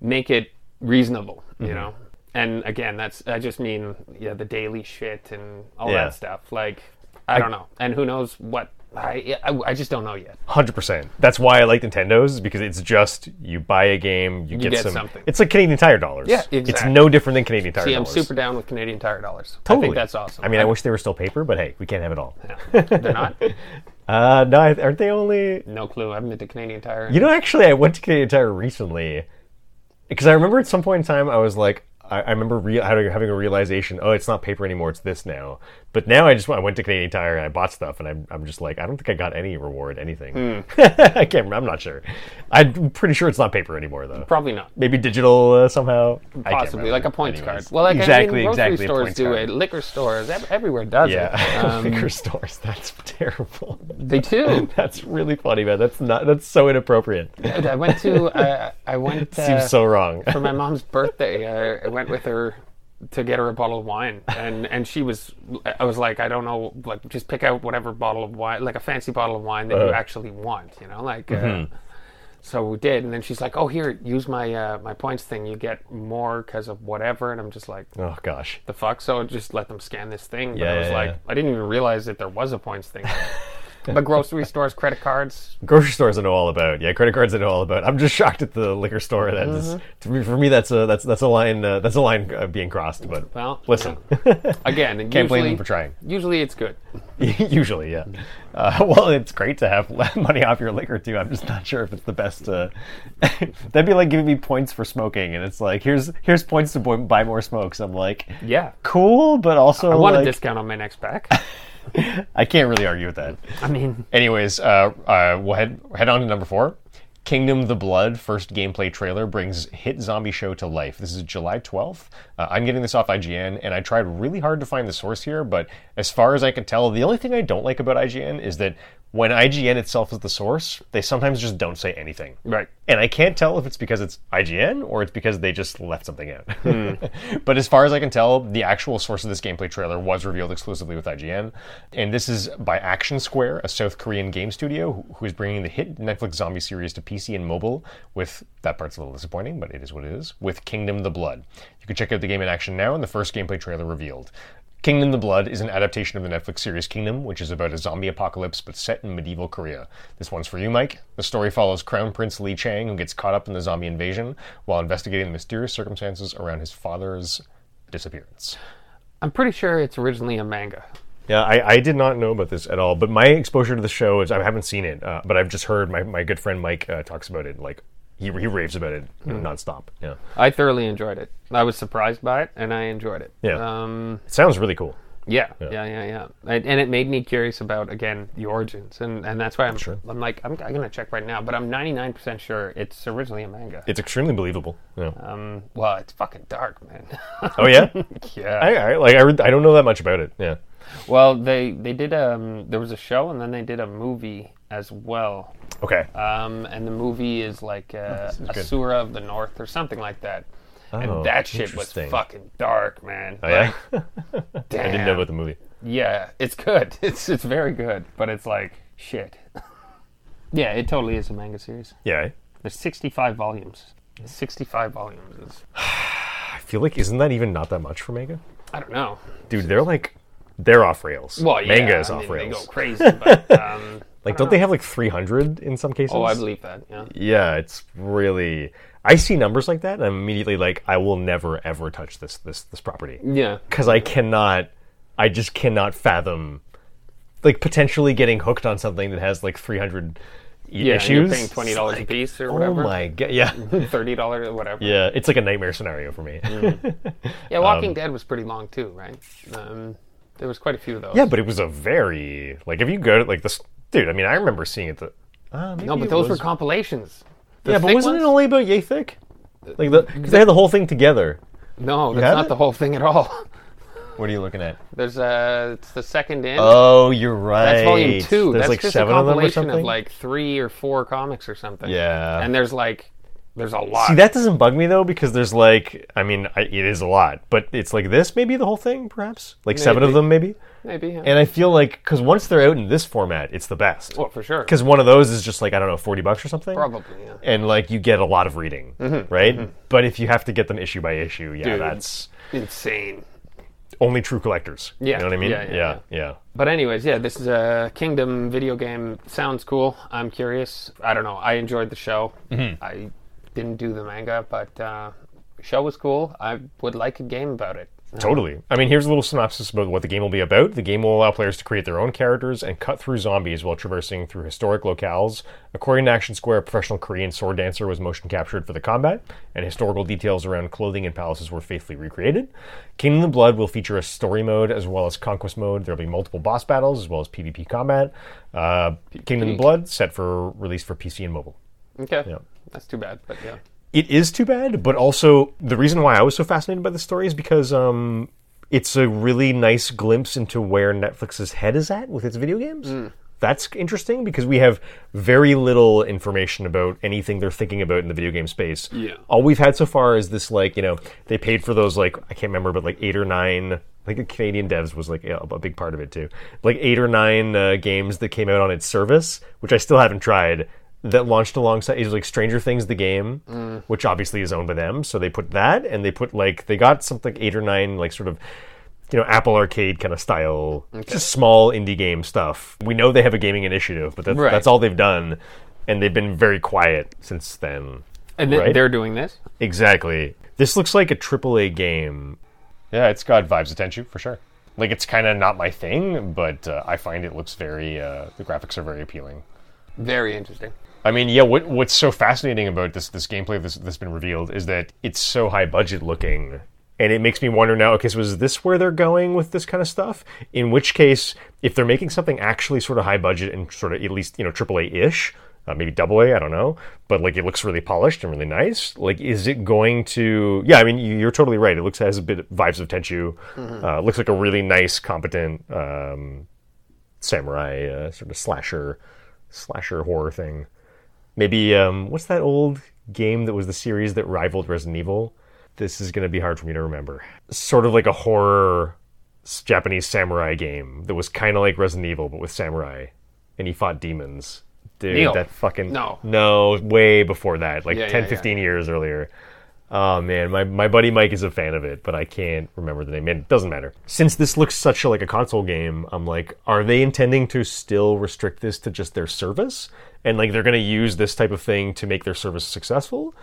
B: make it reasonable,
A: Mm-hmm.
B: you know. And again, that's I just mean yeah, the daily shit and all
A: Yeah.
B: that stuff. Like I, don't know, and who knows what. I, I, I just don't know yet.
A: Hundred percent. That's why I like Nintendo's because it's just you buy a game, you,
B: get
A: some.
B: something.
A: It's like Canadian Tire dollars.
B: Yeah,
A: It's
B: exactly.
A: no different than Canadian Tire
B: See, I'm
A: dollars.
B: super down with Canadian Tire dollars. I
A: Totally.
B: think that's awesome.
A: I mean, I wish they were still paper, but hey, we can't have it all.
B: they're not.
A: Uh, no, I- aren't they only?
B: No clue. I haven't been to Canadian Tire.
A: You know, actually, I went to Canadian Tire recently because I remember at some point in time I was like, I, I remember re- having having a realization, oh, it's not paper anymore, it's this now. But now I just I went to Canadian Tire and I bought stuff, and I'm, I'm just like, I don't think I got any reward, anything.
B: Hmm.
A: I can't. remember. I'm not sure. I'm pretty sure it's not paper anymore though.
B: probably not.
A: Maybe digital uh, somehow. I can't
B: Possibly
A: remember.
B: like a points
A: Anyways.
B: card. Well, like
A: exactly,
B: I mean, grocery
A: exactly. a
B: stores
A: points
B: do
A: card.
B: it. Liquor stores, ev- everywhere does it.
A: Yeah,
B: Um,
A: liquor stores. That's terrible.
B: they do.
A: That's really funny, man. That's not. That's so inappropriate.
B: Dude, I went to. I, I went uh,
A: Seems so wrong.
B: for my mom's birthday. I, I went with her to get her a bottle of wine, and and she was. I was like, I don't know, like just pick out whatever bottle of wine, like a fancy bottle of wine that
A: Uh.
B: you actually want. You know, like.
A: Mm-hmm.
B: Uh, so we did, and then she's like, "Oh, here, use my uh, my points thing. You get more because of whatever." And I'm just like,
A: Oh gosh.
B: the fuck? So I just let them scan this thing. But
A: Yeah,
B: I was
A: yeah,
B: like,
A: yeah.
B: I didn't even realize that there was a points thing. but grocery stores, credit cards,
A: grocery stores I know all about. Yeah, credit cards I know all about. I'm just shocked at the liquor store. That
B: Mm-hmm.
A: is, to me, for me, that's a that's that's a line uh, that's a line uh, being crossed. But
B: Well,
A: listen,
B: again, and
A: can't blame
B: usually-
A: them for trying.
B: Usually it's good.
A: Usually, yeah. Uh, well, it's great to have money off your liquor too. I'm just not sure if it's the best. Uh, that'd be like giving me points for smoking, and it's like here's here's points to buy buy more smokes. I'm like,
B: Yeah.
A: cool, but also
B: I want
A: like,
B: a discount on my next pack.
A: I can't really argue with that.
B: I mean,
A: Anyways, uh, uh, we'll head head on to number four. Kingdom of the Blood first gameplay trailer brings Hit Zombie Show to life. This is July 12th. Uh, I'm getting this off IGN, and I tried really hard to find the source here, but as far as I can tell, the only thing I don't like about IGN is that when IGN itself is the source, they sometimes just don't say anything.
B: Right.
A: And I can't tell if it's because it's IGN or it's because they just left something out. but as far as I can tell, the actual source of this gameplay trailer was revealed exclusively with IGN. And this is by Action Square, a South Korean game studio who- who is bringing the hit Netflix zombie series to PC and mobile with, that part's a little disappointing, but it is what it is, with Kingdom of the Blood. You can check out the game in action now and the first gameplay trailer revealed. Kingdom of the Blood is an adaptation of the Netflix series Kingdom, which is about a zombie apocalypse but set in medieval Korea. This one's for you, Mike. The story follows Crown Prince Li Chang, who gets caught up in the zombie invasion while investigating the mysterious circumstances around his father's disappearance.
B: I'm pretty sure it's originally a manga.
A: Yeah, I, I did not know about this at all. But my exposure to the show is I haven't seen it, uh, but I've just heard my, my good friend Mike uh, talks about it. Like he, he raves about it you know, nonstop. Yeah,
B: I thoroughly enjoyed it. I was surprised by it, and I enjoyed it.
A: Yeah.
B: Um,
A: it sounds really cool.
B: yeah, yeah, yeah, yeah. And, and it made me curious about again the origins, and, and that's why I'm I'm like I'm, I'm gonna check right now, but I'm 99% sure it's originally a manga.
A: It's extremely believable. Yeah.
B: Um, well, it's fucking dark, man.
A: oh yeah,
B: yeah.
A: I, I like I, re- I don't know that much about it. Yeah.
B: Well, they they did um there was a show, and then they did a movie as well.
A: Okay.
B: Um, and the movie is like uh,
A: Oh, is good.
B: Asura of the North or something like that.
A: Oh,
B: and that shit was
A: interesting.
B: fucking dark, man.
A: Oh, yeah.
B: damn.
A: I didn't know about the movie.
B: Yeah, it's good. It's it's very good, but it's like shit. yeah, it totally is a manga series.
A: Yeah.
B: There's 65 volumes. 65 volumes is
A: I feel like isn't that even not that much for manga?
B: I don't know.
A: Dude, they're like they're off rails.
B: Well, yeah,
A: manga is
B: I
A: off
B: mean, They
A: rails.
B: go crazy, but um,
A: Like, don't they have like 300 in some cases?
B: oh, I believe that. Yeah.
A: Yeah, it's really. I see numbers like that, and I'm immediately like, I will never ever touch this this this property
B: Yeah.
A: because I cannot. I just cannot fathom, like potentially getting hooked on something that has like 300 i-
B: Yeah, and
A: issues.
B: You're paying twenty dollars a piece or
A: Oh
B: whatever.
A: my god! Yeah,
B: Thirty dollars or whatever.
A: yeah. It's like a nightmare scenario for me.
B: Mm. Yeah, Walking
A: Um,
B: Dead was pretty long too, right? Um, there was quite a few of those.
A: yeah, but it was a very like if you go to like this dude. I mean, I remember seeing it. The, uh,
B: no, but those were compilations. The
A: yeah, but
B: thick
A: wasn't it
B: ones?
A: only about yay thick? Like the because they had the whole thing together.
B: No, that's
A: had
B: not
A: it?
B: the whole thing at all.
A: What are you looking at?
B: There's uh, it's the second end.
A: Oh, you're right.
B: that's volume two.
A: There's
B: that's
A: like
B: just
A: seven
B: a
A: of them or
B: compilation
A: something.
B: like three or four comics or something.
A: Yeah.
B: and there's like, there's a lot.
A: See, that doesn't bug me though because there's like, I mean, I, it is a lot, but it's like this maybe the whole thing, perhaps like seven of
B: Maybe.
A: them maybe.
B: Maybe. Yeah.
A: And I feel like because once they're out in this format, it's the best.
B: well, for sure.
A: Because one of those is just like I don't know, forty bucks or something.
B: Probably. Yeah.
A: And like you get a lot of reading, right? But if you have to get them issue by issue, yeah,
B: Mm-hmm. Dude.
A: that's
B: Insane.
A: only true collectors.
B: Yeah.
A: you know what I mean?
B: Yeah, yeah,
A: yeah. yeah.
B: But anyways, yeah, this is a Kingdom video game. Sounds cool. I'm curious. I don't know. I enjoyed the show. I didn't do the manga, but uh, show was cool. I would like a game about it.
A: Totally. I mean, here's a little synopsis about what the game will be about. The game will allow players to create their own characters and cut through zombies while traversing through historic locales. According to Action Square, a professional Korean sword dancer was motion captured for the combat, and historical details around clothing and palaces were faithfully recreated. Kingdom of the Blood will feature a story mode as well as conquest mode. There will be multiple boss battles as well as PvP combat. Uh, Kingdom of the Blood set for release for PC and mobile
B: Okay. That's too bad, but yeah.
A: it is too bad, but also the reason why I was so fascinated by the story is because um, it's a really nice glimpse into where Netflix's head is at with its video games. That's interesting because we have very little information about anything they're thinking about in the video game space.
B: Yeah.
A: All we've had so far is this, like, you know, they paid for those, like, I can't remember, but like eight or nine. I think the Canadian devs was like yeah, a big part of it too. Like eight or nine uh, games that came out on its service, which I still haven't tried that launched alongside is like Stranger Things the game, which obviously is owned by them. So they put that and they put like they got something eight or nine like sort of you know Apple Arcade kind of style, just small indie game stuff. We know they have a gaming initiative, but that's,
B: Right.
A: that's all they've done, and they've been very quiet since then.
B: And th-
A: Right.
B: they're doing this.
A: Exactly. This looks like a AAA game. Yeah, it's got vibes of Tenchu for sure. Like it's kind of not my thing, but uh, I find it looks very. Uh, the graphics are very appealing.
B: Very interesting.
A: I mean, yeah. What, what's so fascinating about this this gameplay that's, that's been revealed is that it's so high budget looking, and it makes me wonder now. Okay, so is this where they're going with this kind of stuff? In which case, if they're making something actually sort of high budget and sort of at least you know AAA ish, uh, maybe double A, I don't know, but like it looks really polished and really nice. Like, is it going to? Yeah, I mean, you- you're totally right. It looks has a bit of vibes of Tenchu. Uh, looks like a really nice, competent um, samurai uh, sort of slasher slasher horror thing. Maybe um, what's that old game that was the series that rivaled Resident Evil? This is going to be hard for me to remember. Sort of like a horror s- Japanese samurai game that was kind of like Resident Evil but with samurai, and he fought demons. Dude,
B: Neo.
A: that fucking
B: No.
A: no, way before that, like
B: Yeah,
A: 10,
B: yeah, yeah.
A: 15 years earlier. Oh man, my, my buddy Mike is a fan of it, but I can't remember the name. Man, it doesn't matter. Since this looks such a, like a console game, I'm like, are they intending to still restrict this to just their service? And like
B: Hmm.
A: they're going to use this type of thing to make their service successful?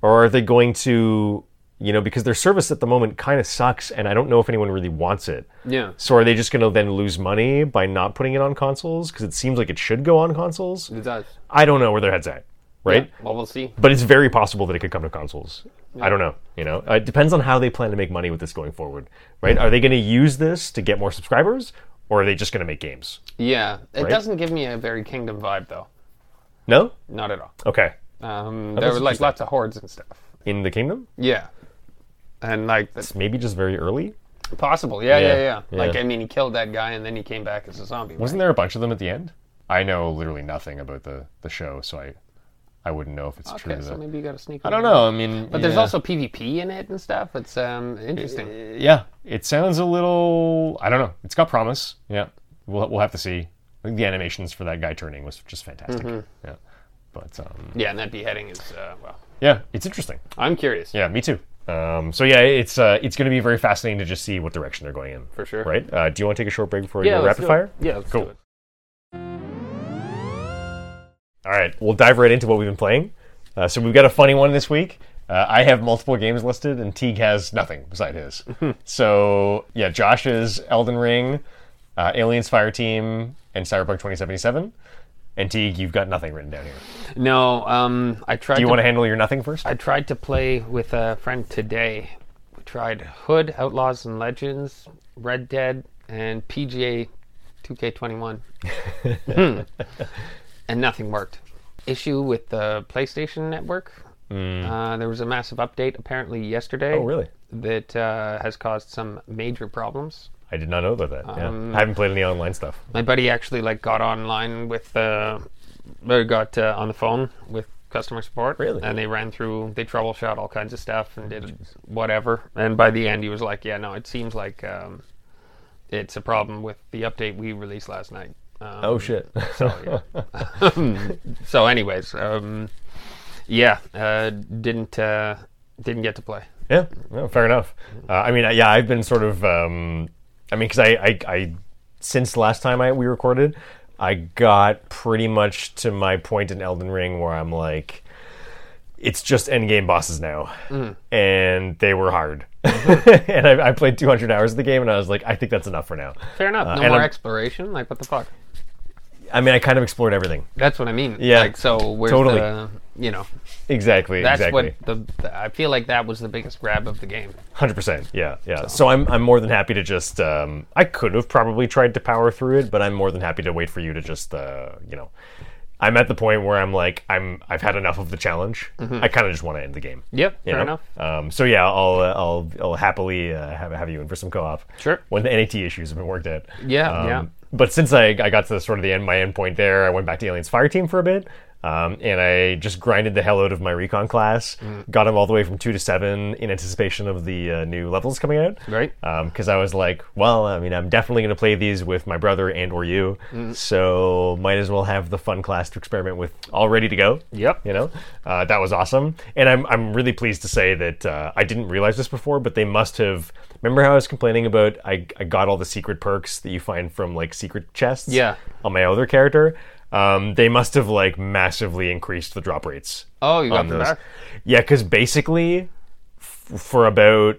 A: Or are they going to
C: you know, because their service at the moment kind of sucks, and I don't know if anyone really wants it.
B: Yeah.
C: So are they just going to then lose money by not putting it on consoles? Because it seems like it should go on consoles.
B: It does.
C: I don't know where their head's at, right?
B: Yeah, Well, we'll see.
C: But it's very possible that it could come to consoles. I don't know. You know, Uh, it depends on how they plan to make money with this going forward, right? Are they going to use this to get more subscribers, or are they just going to make games?
B: Yeah. It doesn't give me a very Kingdom vibe, though.
C: No.
B: Not at all.
C: Okay.
B: Um, there
C: that's
B: were like lots of hordes and stuff.
C: In the kingdom,
B: Yeah. And like that's
C: it's maybe just very early.
B: possible. Yeah, yeah,
C: Yeah,
B: yeah,
C: yeah.
B: Like I mean, he killed that guy and then he came back as a zombie.
A: Wasn't there a bunch of them at the end? I know literally nothing about the, the show, so I I wouldn't know if it's
B: right?
A: true.
B: Okay,
A: to
B: so
A: the-
B: maybe you got to sneak.
A: I don't know. I mean,
B: But there's also PvP in it and stuff. It's um interesting.
A: yeah. It sounds a little. I don't know. It's got promise. Yeah, we'll we'll have to see. I think the animations for that guy turning was just fantastic.
B: Mm-hmm.
A: Yeah, but um,
B: Yeah, and that beheading is uh, well.
A: yeah, it's interesting.
B: I'm curious.
A: Yeah, me too. Um, so yeah, it's uh, it's going to be very fascinating to just see what direction they're going in.
B: For sure.
A: Right? Uh, do you want to take a short break before we go
B: let's
A: rapid
B: do it.
A: fire?
B: Yeah, let's
A: Cool.
B: do it.
A: All right, we'll dive right into what we've been playing. Uh, so we've got a funny one this week. Uh, I have multiple games listed, and Teague has nothing beside his. so yeah, Josh's Elden Ring, uh, Aliens Fire Team, and Cyberpunk 2077. And Teague, you've got nothing written down here.
B: No, um, I tried.
A: Do you
B: to,
A: want to handle your nothing first?
B: I tried to play with a friend today. We tried Hood, Outlaws and Legends, Red Dead, and PGA 2K21. Hmm. And nothing worked. Issue with the PlayStation Network. Uh, there was a massive update apparently yesterday.
C: Hmm. Oh, really?
B: That uh, has caused some major problems.
A: I did not know about that. Yeah.
B: Um,
A: I haven't played any online stuff.
B: my buddy actually like got online with uh or got uh, on the phone with customer support
C: Really?
B: and they ran through they troubleshot all kinds of stuff and did whatever and by the end he was like yeah no it seems like um it's a problem with the update we released last night um,
C: Oh shit.
B: so yeah. so anyways um yeah uh didn't uh didn't get to play
A: Yeah, no, fair enough. Uh, I mean, I- yeah, I've been sort of, um, I mean, because I, I, I, since last time I we recorded, I got pretty much to my point in Elden Ring where I'm like, it's just end game bosses now,
B: Mm.
A: and they were hard.
B: Mm-hmm.
A: and I, I played 200 hours of the game, and I was like, I think that's enough for now.
B: fair enough no
A: Uh, and
B: more
A: I'm-
B: exploration like what the fuck
A: I mean, I kind of explored everything.
B: that's what i mean
A: Yeah,
B: like so where's
A: totally.
B: the you know
A: Exactly.
B: That's
A: exactly.
B: what the, the. I feel like that was the biggest grab of the game.
A: Hundred percent. Yeah, yeah. So, I'm I'm more than happy to just. Um, I could have probably tried to power through it, but I'm more than happy to wait for you to just. Uh, you know, I'm at the point where I'm like I'm I've had enough of the challenge. I kind of just want to end the game.
B: Mm-hmm. Yep,
A: you
B: fair
A: know?
B: enough.
A: Um, so yeah, I'll uh, I'll I'll happily uh, have have you in for some co-op.
B: Sure.
A: When the NAT issues have been worked out.
B: Yeah,
A: Um,
B: yeah.
A: But since I, I got to sort of the end my end point there, I went back to Aliens Fire Team for a bit, um, and I just grinded the hell out of my recon class. Got him all the way from two to seven in anticipation of the uh, new levels coming out.
B: Right.
A: Because Um, I was like, well, I mean, I'm definitely going to play these with my brother and or you,
B: Mm-hmm.
A: so might as well have the fun class to experiment with all ready to go
B: Yep.
A: you know uh, that was awesome and I'm, I'm really pleased to say that uh, i didn't realize this before but they must have remember how i was complaining about I, I got all the secret perks that you find from like secret chests
B: Yeah.
A: on my other character um, they must have like massively increased the drop rates
B: Oh, you got
A: on
B: them
A: those.
B: back.
A: yeah because basically f- for about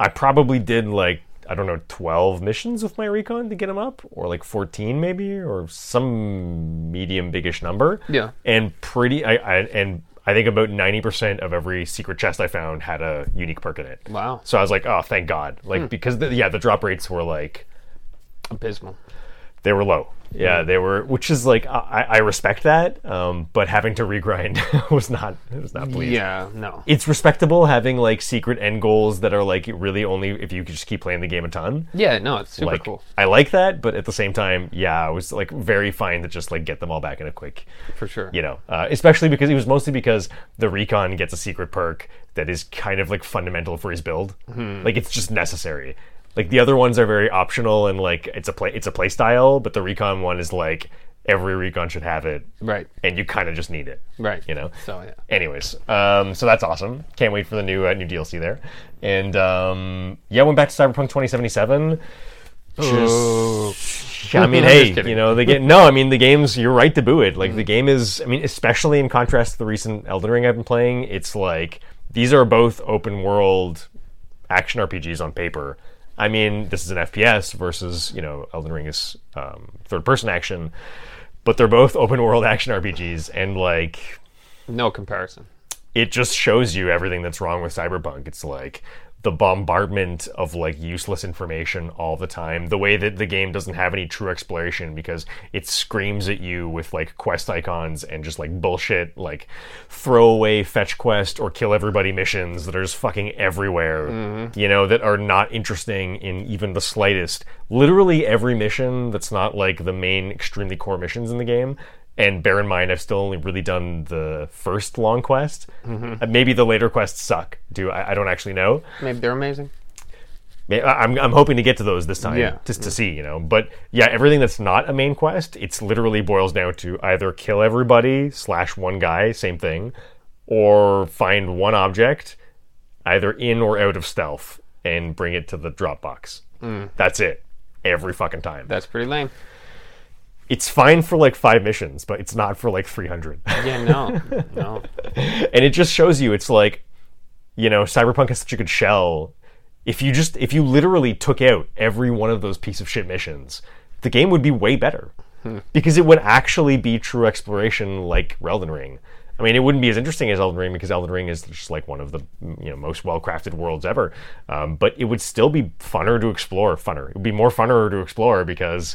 A: i probably did like i don't know 12 missions with my recon to get them up or like 14 maybe or some medium biggish number
B: Yeah.
A: and pretty I, I and I think about ninety percent of every secret chest I found had a unique perk in it.
B: Wow. Hmm.
A: So I was like, oh, thank God, like because the, yeah, the drop rates were like
B: Abysmal.
A: they were low.
B: Hmm.
A: Yeah, they were, which is like I, I respect that, um, but having to regrind was not was not pleased.
B: Yeah. No.
A: It's respectable having like secret end goals that are like really only if you could just keep playing the game a ton.
B: Yeah. No. It's super
A: Like
B: cool
A: I like that, but at the same time, yeah, I was like very fine to just like get them all back in a quick
B: for sure.
A: you know, uh, especially because it was mostly because the recon gets a secret perk that is kind of like fundamental for his build.
B: Hmm.
A: Like it's just necessary. Like the other ones are very optional and like it's a play it's a play style, but the recon one is like every recon should have it,
B: Right.
A: and you kind of just need it,
B: Right.
A: You know.
B: So yeah.
A: Anyways, um, so that's awesome. Can't wait for the new uh, new DLC there. And um, yeah, went back to Cyberpunk 2077. Just, I mean,
B: Oh. I'm just
A: hey,
B: kidding. Mm-hmm.
A: you know the game. No, I mean the game's. You're right to boo it. Like the game is. I mean, especially in contrast to the recent Elden Ring I've been playing, it's like These are both open world action RPGs on paper. I mean, this is an FPS versus, you know, Elden Ring is um, third person action, but they're both open world action RPGs, and like,
B: No comparison.
A: it just shows you everything that's wrong with cyberpunk it's like the bombardment of like useless information all the time the way that the game doesn't have any true exploration because it screams at you with like quest icons and just like bullshit like throwaway fetch quest or kill everybody missions that are just fucking everywhere you know that are not interesting in even the slightest literally every mission that's not like the main extremely core missions in the game and bear in mind, I've still only really done the first long quest. Uh, maybe the later quests suck. Do I, I don't actually know.
B: Maybe they're amazing.
A: May- I- I'm, I'm hoping to get to those this time,
B: Yeah.
A: just to see, you know. But yeah, everything that's not a main quest, it's literally boils down to either kill everybody slash one guy, same thing, or find one object, either in or out of stealth, and bring it to the Dropbox. That's it. Every fucking time.
B: That's pretty lame.
A: It's fine for like five missions, but it's not for like 300.
B: Yeah, no, no.
A: and it just shows you it's like you know cyberpunk has such a good shell if you just if you literally took out every one of those piece of shit missions the game would be way better because it would actually be true exploration like Elden Ring I mean, it wouldn't be as interesting as Elden Ring because Elden Ring is just like one of the you know most well-crafted worlds ever. Um, but it would still be funner to explore. Funner. It would be more funner to explore because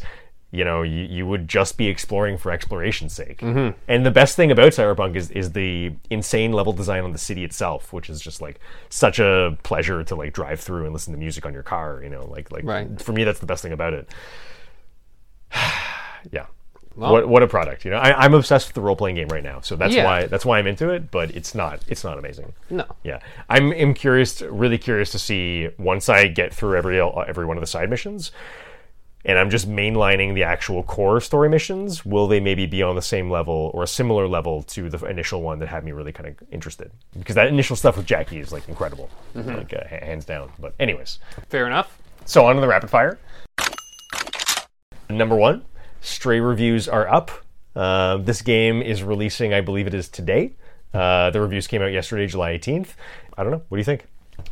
A: you know you, you would just be exploring for exploration's sake
B: Mm-hmm.
A: and the best thing about cyberpunk is, is the insane level design on the city itself which is just like such a pleasure to like drive through and listen to music on your car you know like like
B: Right.
A: for me that's the best thing about it yeah
B: Well-
A: what, what a product you know I, i'm obsessed with the role-playing game right now so that's
B: Yeah.
A: why that's why i'm into it but it's not it's not amazing
B: No.
A: yeah, I'm am curious, to- really curious to see once I get through every every one of the side missions, and I'm just mainlining the actual core story missions. Will they maybe be on the same level or a similar level to the initial one that had me really kind of interested? Because that initial stuff with Jackie is like incredible, like uh, ha- hands down. But anyways,
B: Fair enough.
A: so on to the rapid fire. Number one, stray reviews are up. Uh, this game is releasing, I believe it is today. Uh, the reviews came out yesterday, July 18th. I don't know. What do you think?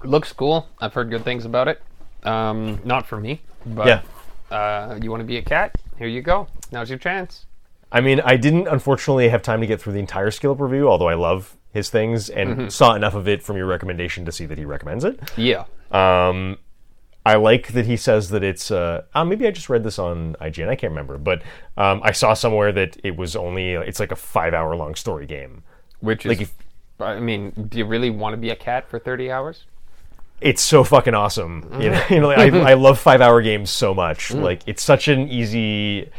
B: Looks cool. I've heard good things about it. Um, not for me, but uh, you want to be a cat? Here you go. Now's your chance.
A: I mean, I didn't unfortunately have time to get through the entire skill up review, although I love his things and saw enough of it from your recommendation to see that he recommends it.
B: Yeah.
A: Uh, Um, I like that he says that it's. Uh, ah, maybe I just read this on IGN. I can't remember, but um, I saw somewhere that it was only. uh, It's like a five-hour-long story game.
B: Which is,
A: Like if,
B: I mean, do you really want to be a cat for 30 hours?
A: it's so fucking awesome. You know, you know, like, I, I love five hour games so much. Like it's such an easy,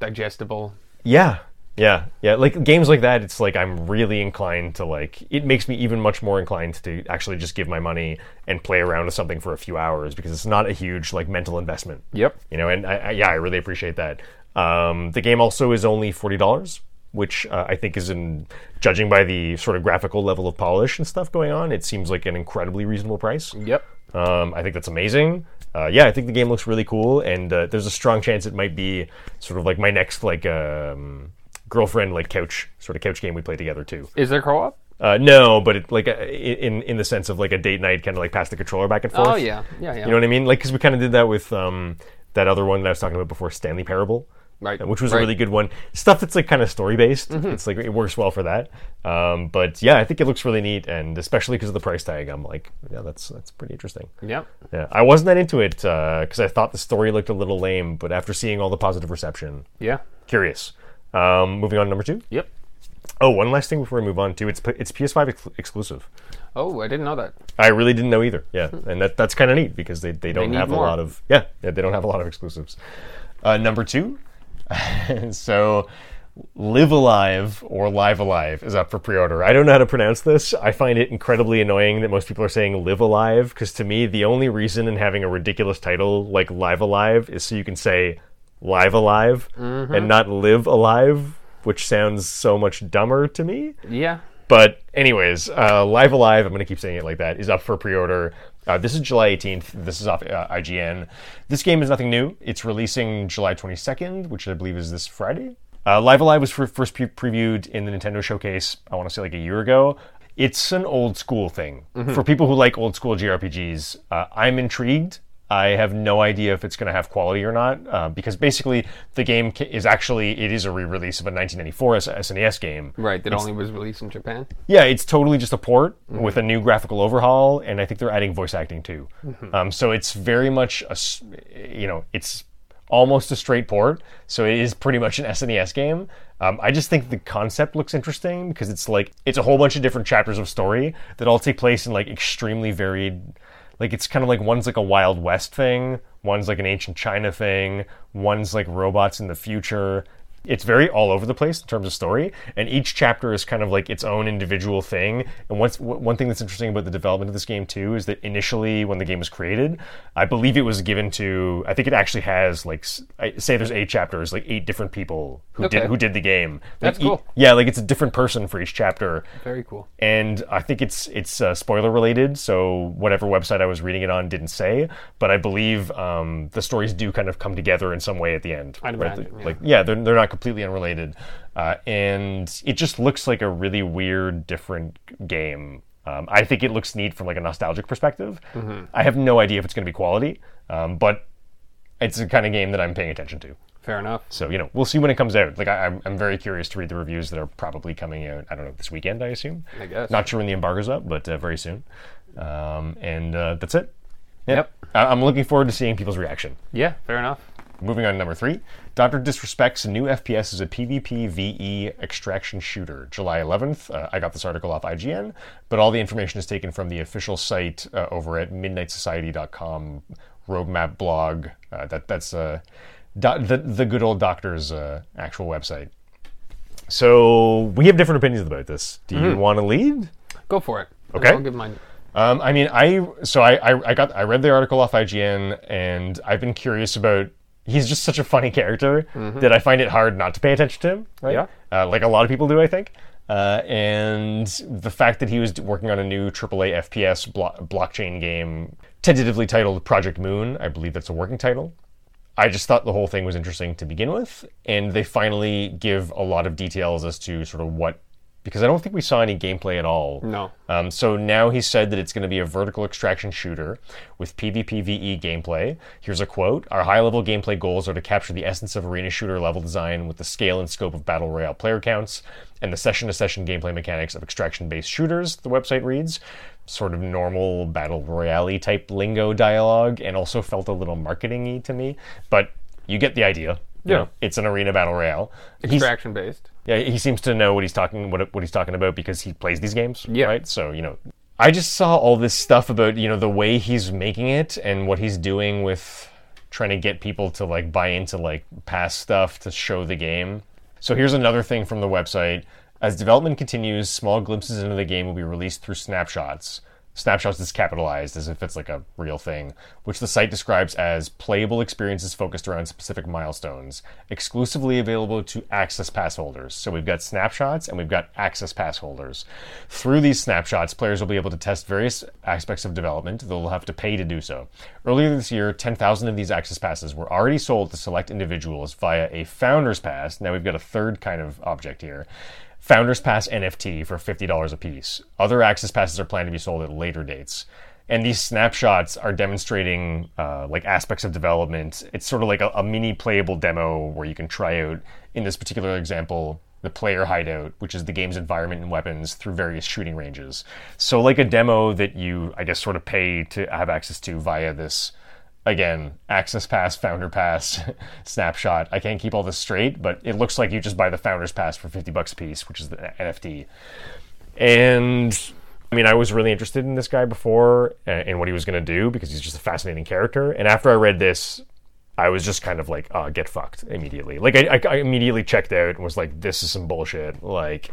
B: Digestible.
A: yeah, yeah, yeah. Like games like that, it's like I'm really inclined to like. It makes me even much more inclined to actually just give my money and play around with something for a few hours because it's not a huge like mental investment.
B: Yep.
A: You know, and I, I, yeah, I really appreciate that. Um, the game also is only forty dollars, which uh, I think is in judging by the sort of graphical level of polish and stuff going on, it seems like an incredibly reasonable price.
B: Yep.
A: Um, I think that's amazing. Uh, yeah, I think the game looks really cool, and uh, there's a strong chance it might be sort of like my next like um, girlfriend like couch sort of couch game we play together too.
B: Is there co-op?
A: Uh, no, but it, like uh, in in the sense of like a date night, kind of like pass the controller back and forth.
B: Oh yeah, yeah, yeah.
A: You know what I mean? Like, because we kind of did that with um, that other one that I was talking about before, Stanley Parable,
B: Right,
A: uh, Which was
B: right. Mm-hmm.
A: a really good one. Stuff that's like kind of story based. It's like it works well for that. Um, but yeah, I think it looks really neat, and especially because of the price tag, I'm like, yeah, that's that's pretty interesting.
B: Yep.
A: Yeah, I wasn't that into it because I thought the story looked a little lame, but after seeing all the positive reception,
B: Yeah.
A: curious. Um, moving on to number two.
B: Yep.
A: Oh, one last thing before we move on to it's it's PS5 ex- exclusive.
B: Oh, I didn't know that.
A: I really didn't know either. Yeah, and that that's kind of neat because they, they don't
B: Hmm. need
A: have
B: more.
A: a lot of yeah, yeah they don't have a lot of exclusives. Uh, number two, so Live Alive or Live Alive is up for pre-order. I don't know how to pronounce this. I find it incredibly annoying that most people are saying Live Alive because to me the only reason in having a ridiculous title like Live Alive is so you can say Live Alive
B: Mm-hmm.
A: and not Live Alive, which sounds so much dumber to me.
B: Yeah.
A: But anyways, uh, Live Alive, I'm going to keep saying it like that, is up for pre-order. Uh, this is July 18th. This is off uh, IGN. This game is nothing new. It's releasing July 22nd, which I believe is this Friday. Uh, Live Alive was fir- first pre- previewed in the Nintendo Showcase, I want to say like a year ago. it's an old school thing for people who like old school JRPGs. Uh, I'm intrigued. I have no idea if it's going to have quality or not uh, because basically the game ca- is actually it is a re-release of a 1994 S- SNES game.
B: Right, that only was released in Japan.
A: Yeah, it's totally just a port with a new graphical overhaul, and I think they're adding voice acting too. Um, so it's very much a, s- you know, it's almost a straight port. So it is pretty much an SNES game. Um, I just think the concept looks interesting because it's like it's a whole bunch of different chapters of story that all take place in like extremely varied. Like it's kind of like one's like a Wild West thing, one's like an ancient China thing, one's like robots in the future it's very all over the place in terms of story, and each chapter is kind of like its own individual thing. And what's w- one thing that's interesting about the development of this game too is that initially, when the game was created, I believe it was given to. I think it actually has like s- I- say there's eight chapters, like eight different people who
B: Okay.
A: did who did the game.
B: That's
A: Like, e-
B: cool.
A: yeah, like it's a different person for each chapter
B: Very cool.
A: and I think it's it's uh, spoiler related, so whatever website I was reading it on didn't say, but I believe um, the stories do kind of come together in some way at the end.
B: I'd imagine,
A: Like-
B: yeah.
A: Like, yeah, they're, they're not completely unrelated, uh, and it just looks like a really weird, different game. Um, I think it looks neat from like a nostalgic perspective.
B: Mm-hmm.
A: I have no idea if it's going to be quality, um, but it's the kind of game that I'm paying attention to.
B: Fair enough.
A: So you know, we'll see when it comes out. Like I, I'm, I'm very curious to read the reviews that are probably coming out. I don't know this weekend, I assume.
B: I guess.
A: Not sure when the embargo's up, but uh, very soon. Um, and uh, that's it.
B: Yep.
A: I, I'm looking forward to seeing people's reaction.
B: Yeah, fair enough.
A: Moving on to number three, Doctor Disrespect's new FPS is a PvP VE E extraction shooter. July 11th. Uh, I got this article off IGN, but all the information is taken from the official site uh, over at MidnightSociety.com roadmap blog. Uh, that that's uh, doc- the the good old doctor's uh, actual website.
C: So we have different opinions about this. Do you want to lead?
B: Go for it.
A: Okay.
B: I'll give mine.
A: Um, I mean, I so I, I I got I read the article off IGN, and I've been curious about. He's just such a funny character that I find it hard not to pay attention to him. Right?
B: Mm-hmm. Yeah.
A: uh, like a lot of people do, I think. Uh, and the fact that he was working on a new AAA FPS blo- blockchain game, tentatively titled Project Moon, I believe that's a working title. I just thought the whole thing was interesting to begin with, and they finally give a lot of details as to sort of what, because I don't think we saw any gameplay at all.
B: No.
A: Um, so now he said that it's going to be a vertical extraction shooter with PvPvE E gameplay. Here's a quote Our high level gameplay goals are to capture the essence of arena shooter level design with the scale and scope of battle royale player counts and the session to session gameplay mechanics of extraction based shooters, the website reads. Sort of normal battle royale type lingo dialogue, and also felt a little marketing y to me, but you get the idea. You
B: Yeah.
A: know, it's an arena battle royale. He's-
B: Extraction based.
A: yeah, he seems to know what he's talking what what he's talking about because he plays these games,
B: Yeah.
A: right? So you know, I just saw all this stuff about you know the way he's making it and what he's doing with trying to get people to like buy into like past stuff to show the game. So here's another thing from the website: as development continues, small glimpses into the game will be released through snapshots. Snapshots is capitalized as if it's like a real thing, which the site describes as playable experiences focused around specific milestones, exclusively available to access pass holders. So we've got snapshots and we've got access pass holders. Through these snapshots, players will be able to test various aspects of development, though they'll have to pay to do so. Earlier this year, 10,000 of these access passes were already sold to select individuals via a founder's pass. Now we've got a third kind of object here. Founders Pass NFT for $50 a piece. Other access passes are planned to be sold at later dates. And these snapshots are demonstrating uh, like aspects of development. It's sort of like a, a mini playable demo where you can try out, in this particular example, the player hideout, which is the game's environment and weapons through various shooting ranges. So, like a demo that you, I guess, sort of pay to have access to via this again access pass founder pass snapshot i can't keep all this straight but it looks like you just buy the founder's pass for 50 bucks a piece which is the nft and i mean i was really interested in this guy before uh, and what he was going to do because he's just a fascinating character and after i read this i was just kind of like uh, get fucked immediately like I, I, I immediately checked out and was like this is some bullshit like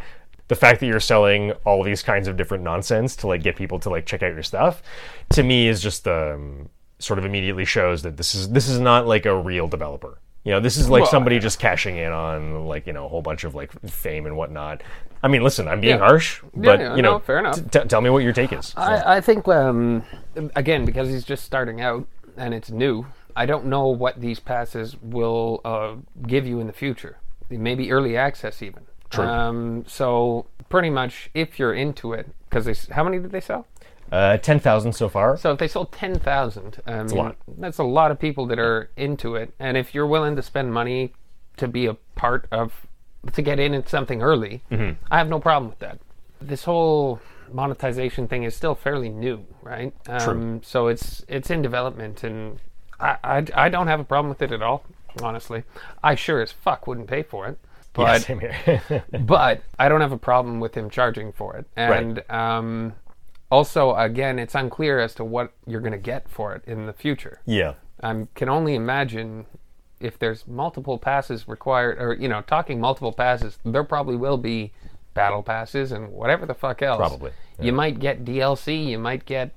A: the fact that you're selling all these kinds of different nonsense to like get people to like check out your stuff to me is just um, sort of immediately shows that this is this is not like a real developer you know this is like
B: Well,
A: somebody just cashing in on like you know a whole bunch of like fame and whatnot i mean listen i'm being
B: Yeah.
A: harsh but
B: yeah,
A: you know
B: no, fair enough.
A: t- t- tell me what your take is
B: I, I think um, again because he's just starting out and it's new. I don't know what these passes will uh, give you in the future. Maybe early access even.
A: True.
B: Um, so pretty much, if you're into it, because how many did they sell?
A: Uh, 10,000 so far.
B: So if they sold ten thousand, that's a
A: lot.
B: That's a lot of people that are into it, and if you're willing to spend money to be a part of, to get in at something early, I have no problem with that. This whole monetization thing is still fairly new, right? Um,
A: True.
B: So it's it's in development, and I, I I don't have a problem with it at all. Honestly, I sure as fuck wouldn't pay for it, but
A: Yeah, same here.
B: but I don't have a problem with him charging for it. And um, also, again, it's unclear as to what you're going to get for it in the future.
A: yeah.
B: I Um, can only imagine if there's multiple passes required, or, you know, talking multiple passes, there probably will be battle passes and whatever the fuck else.
A: Probably,
B: You might get DLC, you might get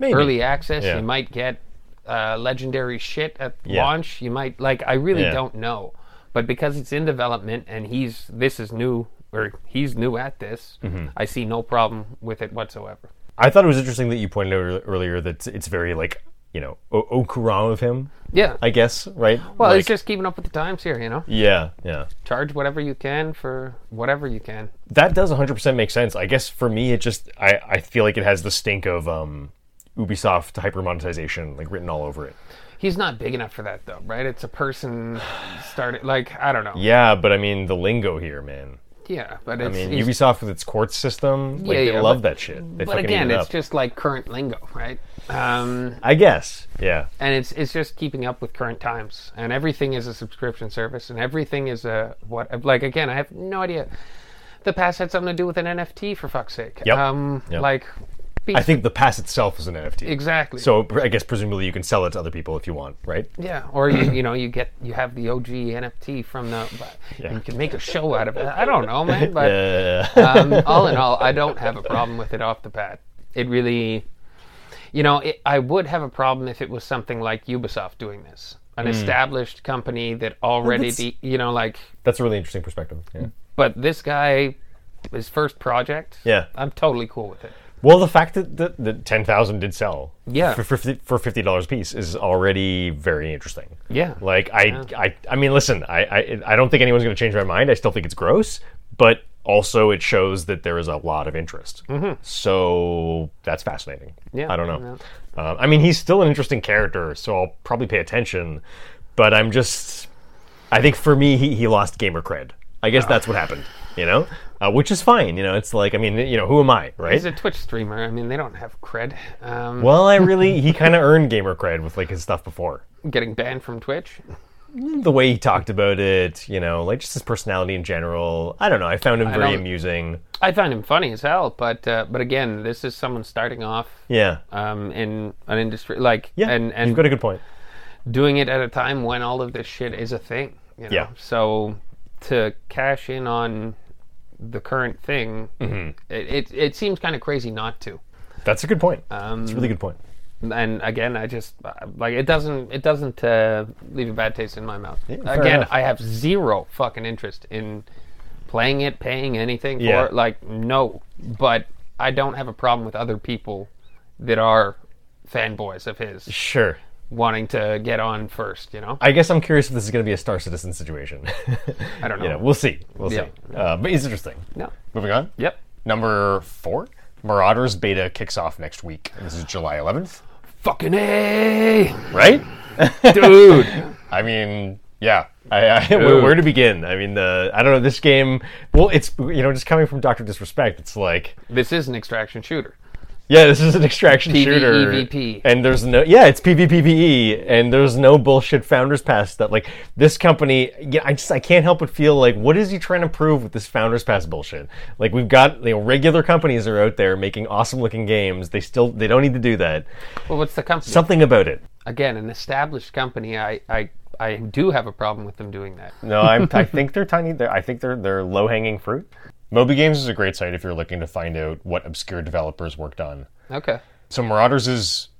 A: Maybe.
B: early access,
A: Yeah.
B: you might get uh, legendary shit at
A: Yeah.
B: launch, you might, like, I really
A: Yeah.
B: don't know. But because it's in development and he's, this is new, or he's new at this,
A: Mm-hmm.
B: I see no problem with it whatsoever.
A: I thought it was interesting that you pointed out ear- earlier that it's very like, you know, o- Okuram of him,
B: Yeah.
A: I guess, right?
B: well,
A: like,
B: it's just keeping up with the times here, you know?
A: Yeah, yeah.
B: charge whatever you can for whatever you can.
A: That does 100% make sense. I guess for me, it just, I, I feel like it has the stink of um, Ubisoft hyper monetization like written all over it.
B: He's not big enough for that though, right? It's a person started like I don't know. Yeah,
A: Yeah, but I mean, the lingo here, man.
B: but it's,
A: I mean,
B: he's-
A: Ubisoft with its court system, like,
B: Yeah,
A: they
B: yeah,
A: love
B: but-
A: that shit. They
B: but
A: fucking
B: again,
A: eat it
B: it's
A: up.
B: just like current lingo, right? Um,
A: I guess, yeah.
B: and it's it's just keeping up with current times. And everything is a subscription service, and everything is a what? Like again, I have no idea. The past had something to do with an NFT, for fuck's sake.
A: Yep.
B: Um,
A: Yep.
B: like,
A: I think the pass itself is an NFT.
B: exactly.
A: So pr- I guess presumably you can sell it to other people if you want, right?
B: Yeah, or you, you know you get you have the OG NFT from the, but you can make a show out of it. I don't know, man. But
A: Uh,
B: um, all in all, I don't have a problem with it off the bat. It really, you know, it, I would have a problem if it was something like Ubisoft doing this, an established company that already, de- you know, like.
A: That's a really interesting perspective. Yeah.
B: But this guy, his first project.
A: Yeah.
B: I'm totally cool with it.
A: Well, the fact that the, the ten thousand did sell,
B: Yeah.
A: for for fifty, for fifty dollars a piece is already very interesting.
B: Yeah.
A: Like I, I, I mean, listen, I, I, I don't think anyone's going to change my mind. I still think it's gross, but also it shows that there is a lot of interest. So that's fascinating.
B: Mm-hmm. Yeah,
A: I don't know. Um, I mean, he's still an interesting character, so I'll probably pay attention. But I'm just, I think for me, he, he lost gamer cred. I
B: Oh.
A: guess that's what happened. You know, uh, which is fine. You know, it's like I mean, you know, who am I, right?
B: He's a Twitch streamer. I mean, they don't have cred. Um,
A: Well, I really he kind of earned gamer cred with like his stuff before.
B: Getting banned from Twitch.
A: The way he talked about it, you know, like just his personality in general. I don't know. I found him very
B: don't-
A: amusing.
B: I find him funny as hell, but uh, but again, this is someone starting off
A: Yeah.
B: um, in an industry like
A: Yeah.
B: and
A: you've
B: and
A: got a good point.
B: doing it at a time when all of this shit is a thing. You know?
A: Yeah.
B: So to cash in on the current thing,
A: Mm-hmm.
B: it, it it seems kind of crazy not to.
A: That's a good point.
B: Um,
A: It's a really good point.
B: And again, I just like it doesn't it doesn't uh, leave a bad taste in my mouth.
A: fair
B: again,
A: enough.
B: I have zero fucking interest in playing it, paying anything
A: Yeah.
B: for it. Like no, but I don't have a problem with other people that are fanboys of his
A: Sure.
B: wanting to get on first. You know,
A: I guess I'm curious if this is going to be a Star Citizen situation.
B: I don't know.
A: you know, we'll see. We'll
B: Yeah.
A: see. Uh, but it's interesting.
B: No.
A: Moving on.
B: Yep.
A: Number four. Marauders beta kicks off next week. This is July 11th,
B: Fucking a,
A: right?
B: dude.
A: I mean, yeah. I, I, where,
B: Dude.
A: where to begin? I mean, the I don't know. This game, well, it's you know, just coming from Doctor Disrespect, it's like,
B: this is an extraction shooter.
A: yeah, this is an extraction shooter,
B: PvEVP.
A: and there's no, yeah, it's PvPVE, E, and there's no bullshit Founders Pass stuff. Like this company, yeah, I just I can't help but feel like, what is he trying to prove with this Founders Pass bullshit? Like we've got you know, regular companies are out there making awesome looking games. They still they don't need to do that.
B: Well, what's the company?
A: Something about it.
B: again, an established company. I I I do have a problem with them doing that.
A: No, I'm, I think they're tiny. They're, I think they're they're low hanging fruit. Moby Games is a great site if you're looking to find out what obscure developers worked on.
B: Okay.
A: So Marauders is,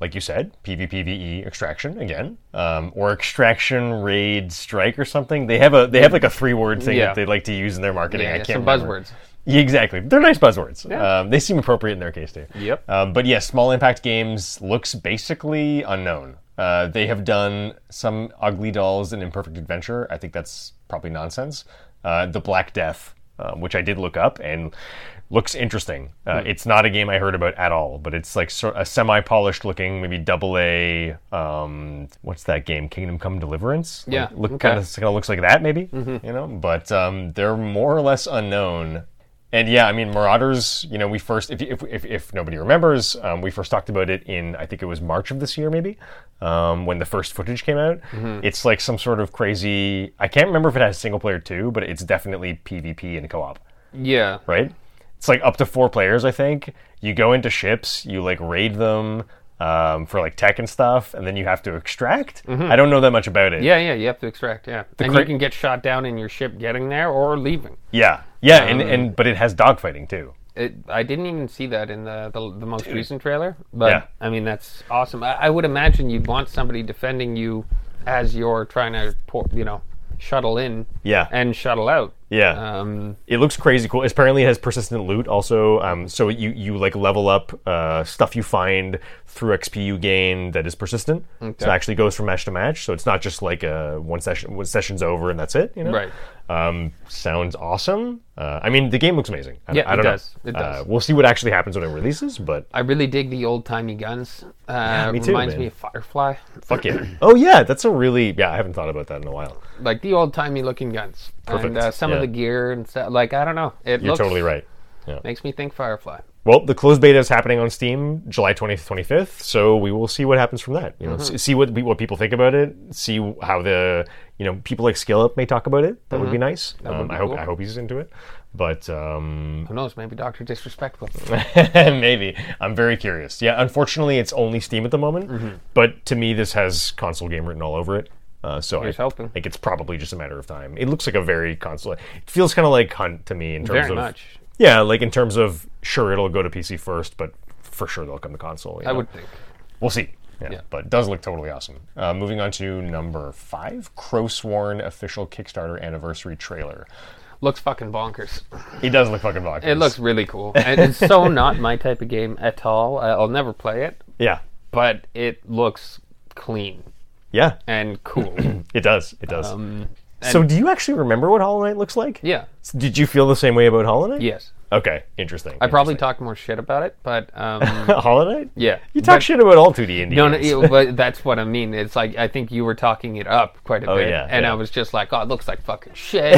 A: like you said, PvPvE E, extraction again, um, or extraction raid strike or something. They have a they have like a three word thing
B: Yeah.
A: that they like to use in their marketing.
B: Yeah,
A: I
B: yeah,
A: can't
B: some
A: remember.
B: buzzwords.
A: Yeah, exactly. They're nice buzzwords.
B: Yeah.
A: Um, they seem appropriate in their case too.
B: Yep.
A: Um, but yes, small impact games looks basically unknown. Uh, they have done some ugly dolls and imperfect adventure. I think that's probably nonsense. Uh, the Black Death um, which I did look up and looks interesting. Uh,
B: Hmm.
A: It's not a game I heard about at all, but it's like sor- a semi-polished looking, maybe double A. Um, what's that game? Kingdom Come Deliverance. Like,
B: Yeah,
A: look
B: okay. Mm-hmm.
A: kind of kind of looks like that maybe. You know, but um, they're more or less unknown. And yeah, I mean Marauders. You know, we first if if if, if nobody remembers, um, we first talked about it in I think it was March of this year maybe. Um, when the first footage came out,
B: Mm-hmm.
A: it's like some sort of crazy. I can't remember if it has single player too, but it's definitely PvP and co-op
B: Yeah.
A: right? It's like up to four players, I think. You go into ships, you like raid them um, for like tech and stuff, and then you have to extract.
B: Mm-hmm.
A: I don't know that much about it.
B: Yeah, yeah, you have to extract, yeah. and
A: cra-
B: you can get shot down in your ship getting there or leaving.
A: yeah, yeah, and,
B: Oh.
A: and but it has dogfighting too.
B: It, I didn't even see that in the the, the most recent trailer, but
A: Yeah.
B: I mean that's awesome. I, I would imagine you'd want somebody defending you as you're trying to, pour, you know, shuttle in,
A: Yeah.
B: and shuttle out.
A: Yeah,
B: Um,
A: it looks crazy cool. Apparently, it has persistent loot also. Um, so you you like level up uh, stuff you find through XP you gain that is persistent. So it actually goes from match to match. So it's not just like a one session one session's over and that's it. You know,
B: Right.
A: Um, sounds awesome. Uh, I mean, the game looks amazing. I,
B: Yeah,
A: I
B: it
A: don't
B: does.
A: Know.
B: It does.
A: Uh, we'll see what actually happens when it releases, but
B: I really dig the old timey guns. Uh,
A: me too,
B: Reminds
A: man.
B: me of Firefly,
A: fuck it. Oh yeah, that's a really yeah. I haven't thought about that in a while.
B: like the old timey looking guns, and
A: Perfect,
B: uh, some of
A: yeah.
B: the gear and stuff. Like I don't know, it
A: You're
B: looks,
A: totally right. Yeah.
B: Makes me think Firefly.
A: Well, the closed beta is happening on Steam July 20th, 25th, so we will see what happens from that. You know, s- see what what people think about it, see how the, you know, people like Skillup may talk about it. That would be nice. Um,
B: be
A: I hope
B: cool.
A: I hope he's into it. But um,
B: Who knows? Maybe Doctor Disrespectful.
A: maybe I'm very curious. Yeah, unfortunately, it's only Steam at the moment. But to me, this has console game written all over it. Uh, so I
B: Here's hoping.
A: think it's probably just a matter of time. It looks like a very console. It feels kind of like Hunt to me in terms
B: Very
A: of
B: much.
A: yeah, like in terms of sure it'll go to PC first, but for sure they'll come to console. you
B: I
A: know?
B: would think.
A: We'll see. Yeah,
B: Yeah.
A: but it does look totally awesome. Uh, moving on to number five, Crow Sworn official Kickstarter anniversary trailer.
B: Looks fucking bonkers.
A: It does look fucking bonkers.
B: It looks really cool. And it's so not my type of game at all. I- I'll never play it,
A: yeah,
B: but it looks clean
A: yeah,
B: and cool.
A: it does, it does.
B: Um,
A: so, do you actually remember what Hollow Knight looks like?
B: yeah.
A: S- Did you feel the same way about Hollow Knight?
B: Yes.
A: Okay, interesting.
B: I probably talked more shit about it, but um,
A: Hollow Knight?
B: yeah.
A: You talk
B: But-
A: shit about all 2D indie
B: No, no,
A: games.
B: yeah, but that's what I mean. It's like I think you were talking it up quite a bit,
A: Oh, yeah,
B: and
A: yeah.
B: I was just like, "Oh, it looks like fucking shit,"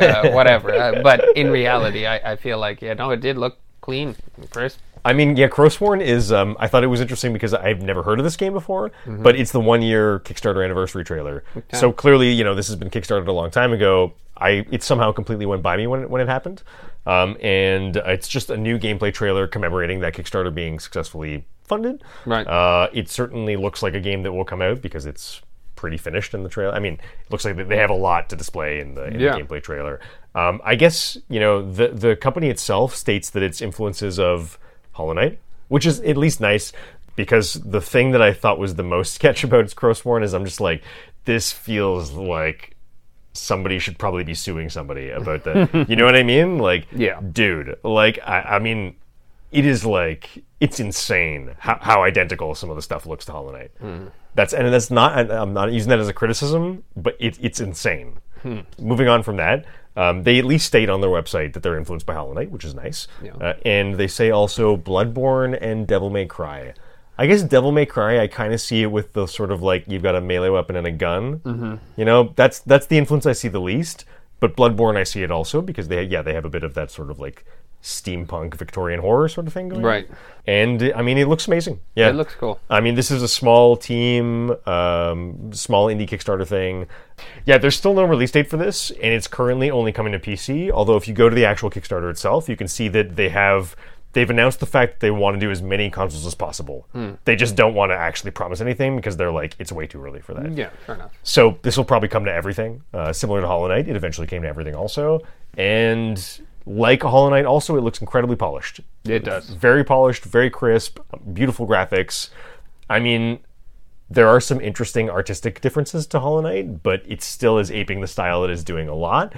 B: uh, whatever. Uh, but in reality, I, I feel like yeah, no, it did look clean, and crisp.
A: I mean, yeah, Crowsworn is. Um, I thought it was interesting because I've never heard of this game before,
B: Mm-hmm.
A: but it's the one-year Kickstarter anniversary trailer. So clearly, you know, this has been kickstarted a long time ago. I it somehow completely went by me when it, when it happened, um, and it's just a new gameplay trailer commemorating that Kickstarter being successfully funded.
B: Right.
A: Uh, it certainly looks like a game that will come out because it's pretty finished in the trailer. I mean, it looks like they have a lot to display in the, in
B: Yeah.
A: the gameplay trailer. Um, I guess you know the the company itself states that it's influences of Hollow Knight, which is at least nice because the thing that I thought was the most sketch about its Crossborn is I'm just like this feels like somebody should probably be suing somebody about that. you know what I mean? Like,
B: Yeah.
A: dude. Like, I, I mean, it is like it's insane how, how identical some of the stuff looks to Hollow Knight. That's and that's not. and I'm not using that as a criticism, but it, it's insane. Moving on from that, um, they at least state on their website that they're influenced by Hollow Knight, which is nice. Uh, and they say also Bloodborne and Devil May Cry. I guess Devil May Cry, I kind of see it with the sort of like you've got a melee weapon and a gun.
B: Mm-hmm.
A: You know, that's that's the influence I see the least. But Bloodborne, I see it also because they yeah they have a bit of that sort of like steampunk Victorian horror sort of thing going. on.
B: Right.
A: And I mean, it looks amazing. Yeah,
B: It looks cool.
A: I mean, this is a small team, um, small indie Kickstarter thing. Yeah, there's still no release date for this, and it's currently only coming to PC. Although, if you go to the actual Kickstarter itself, you can see that they have they've announced the fact that they want to do as many consoles as possible. They just don't want to actually promise anything because they're like, it's way too early for that.
B: Yeah, fair enough.
A: So this will probably come to everything, uh, similar to Hollow Knight. It eventually came to everything, also, and like Hollow Knight, also it looks incredibly polished.
B: It does.
A: Very polished, very crisp, beautiful graphics. I mean, there are some interesting artistic differences to Hollow Knight, but it still is aping the style it is doing a lot.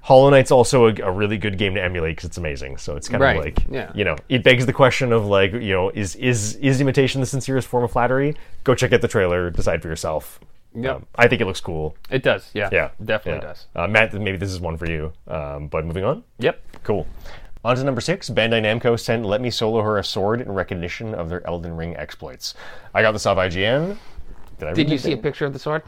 A: Hollow Knight's also a, a really good game to emulate because it's amazing. So it's kind
B: Right,
A: of like,
B: yeah.
A: you know, it begs the question of like, you know, is is is imitation the sincerest form of flattery? Go check out the trailer, decide for yourself.
B: Yep.
A: Um, I think it looks cool.
B: It does. Yeah.
A: Yeah,
B: Definitely
A: yeah.
B: does.
A: Uh, Matt, maybe this is one for you. Um, but moving on.
B: Yep.
A: Cool. On to number six, Bandai Namco sent Let Me Solo Her a Sword in recognition of their Elden Ring exploits. I got this off IGN. I
B: Did
A: read
B: you
A: it?
B: see a picture of the sword?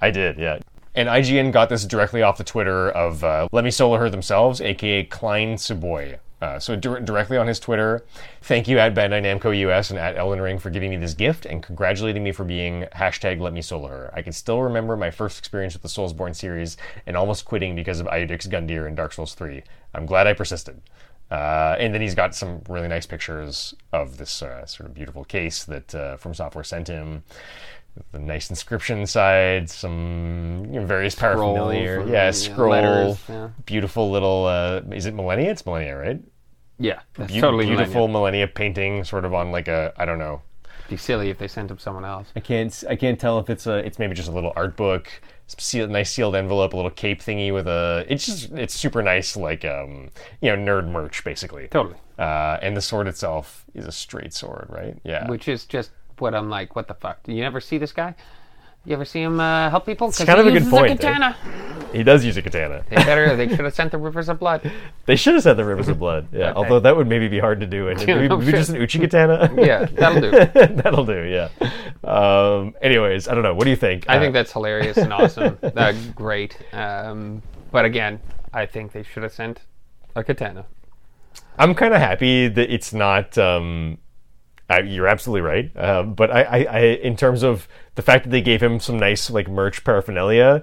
A: I did, yeah. And IGN got this directly off the Twitter of uh, Let Me Solo Her themselves, aka Klein Suboy. Uh, so dir- directly on his Twitter, thank you at Bandai Namco US and at Elden Ring for giving me this gift and congratulating me for being hashtag Let Me Solo Her. I can still remember my first experience with the Soulsborne series and almost quitting because of Iudix Gundyr and Dark Souls 3. I'm glad I persisted. Uh, and then he's got some really nice pictures of this uh, sort of beautiful case that uh, From Software sent him the nice inscription inside, some you know, various paraphernalia.
B: or,
A: yeah,
B: yeah,
A: scroll.
B: uh, letters, yeah.
A: Beautiful little. Uh, is it millennia? It's millennia, right?
B: Yeah. That's
A: Beau-
B: totally
A: beautiful millennia. painting, sort of on like a I don't know.
B: It'd be silly if they sent him someone else.
A: I can't I can't tell if it's a it's maybe just a little art book, seal, nice sealed envelope, a little cape thingy with a. It's just it's super nice, like um you know nerd merch basically.
B: Totally.
A: Uh, and the sword itself is a straight sword, right? Yeah.
B: Which is just what I'm like. What the fuck? Do you ever see this guy? You ever see him uh, help people? It's
A: kind of a good point, eh?
B: katana.
A: he does use a katana.
B: They better. They should have sent the rivers of blood.
A: They should have said the
B: Mm-hmm.
A: rivers of blood. Yeah, although that would maybe be hard to do. And maybe,
B: no
A: maybe
B: shit.
A: just an uchi katana.
B: Yeah, that'll do.
A: That'll do. Yeah. Um, anyways, I don't know. What do you think? Uh,
B: I think that's hilarious and awesome. uh, great. Um, but again, I think they should have sent a katana.
A: I'm kind of happy that it's not. Um, I, you're absolutely right. Um, but I, I, I, in terms of the fact that they gave him some nice like merch paraphernalia,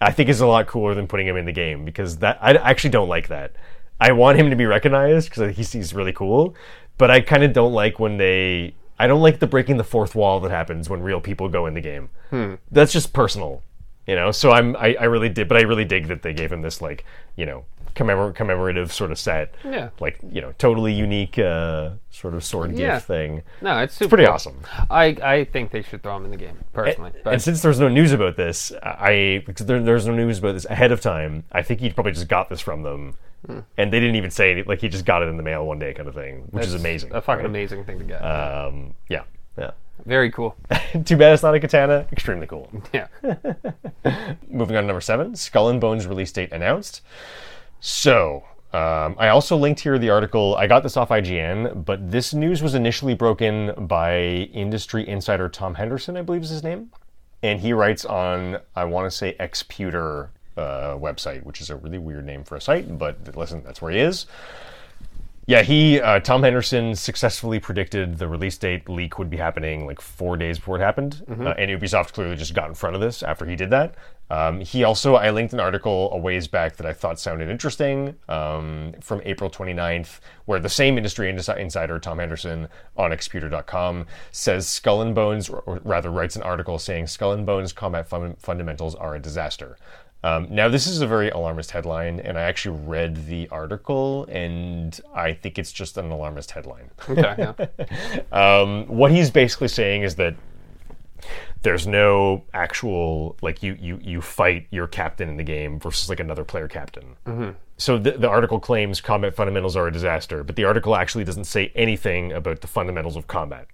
A: I think is a lot cooler than putting him in the game because that I actually don't like that. I want him to be recognized because he's, he's really cool, but I kind of don't like when they. I don't like the breaking the fourth wall that happens when real people go in the game.
B: Hmm.
A: That's just personal, you know. So I'm I, I really did, but I really dig that they gave him this like you know commemor- commemorative sort of set,
B: Yeah.
A: like you know totally unique uh, sort of sword
B: Yeah.
A: gift thing.
B: No, it's super
A: Pretty
B: cool.
A: awesome.
B: I, I think they should throw him in the game personally. but
A: and since there's no news about this, I because there, there's no news about this ahead of time. I think he probably just got this from them, and they didn't even say any, like he just got it in the mail one day, kind of thing, which is amazing.
B: a fucking amazing thing to get.
A: Um, yeah, yeah.
B: Very cool.
A: Too bad it's not a katana. Extremely cool.
B: Yeah.
A: Moving on to number seven, Skull and Bones release date announced. So, um, I also linked here the article. I got this off IGN, but this news was initially broken by industry insider Tom Henderson, I believe is his name. And he writes on, I want to say, Xputer uh, website, which is a really weird name for a site, but listen, that's where he is. Yeah, he uh, Tom Henderson successfully predicted the release date leak would be happening like four days before it happened, uh, and Ubisoft clearly just got in front of this after he did that. Um, he also I linked an article a ways back that I thought sounded interesting um, from April 29th, where the same industry ins- insider Tom Henderson on Xputer.com says Skull and Bones, or or rather writes an article saying Skull and Bones combat fun- fundamentals are a disaster. Um, now, this is a very alarmist headline, and I actually read the article, and I think it's just an alarmist headline.
B: Okay, yeah.
A: Um, what he's basically saying is that there's no actual like you you you fight your captain in the game versus like another player captain. So the, the article claims combat fundamentals are a disaster, but the article actually doesn't say anything about the fundamentals of combat.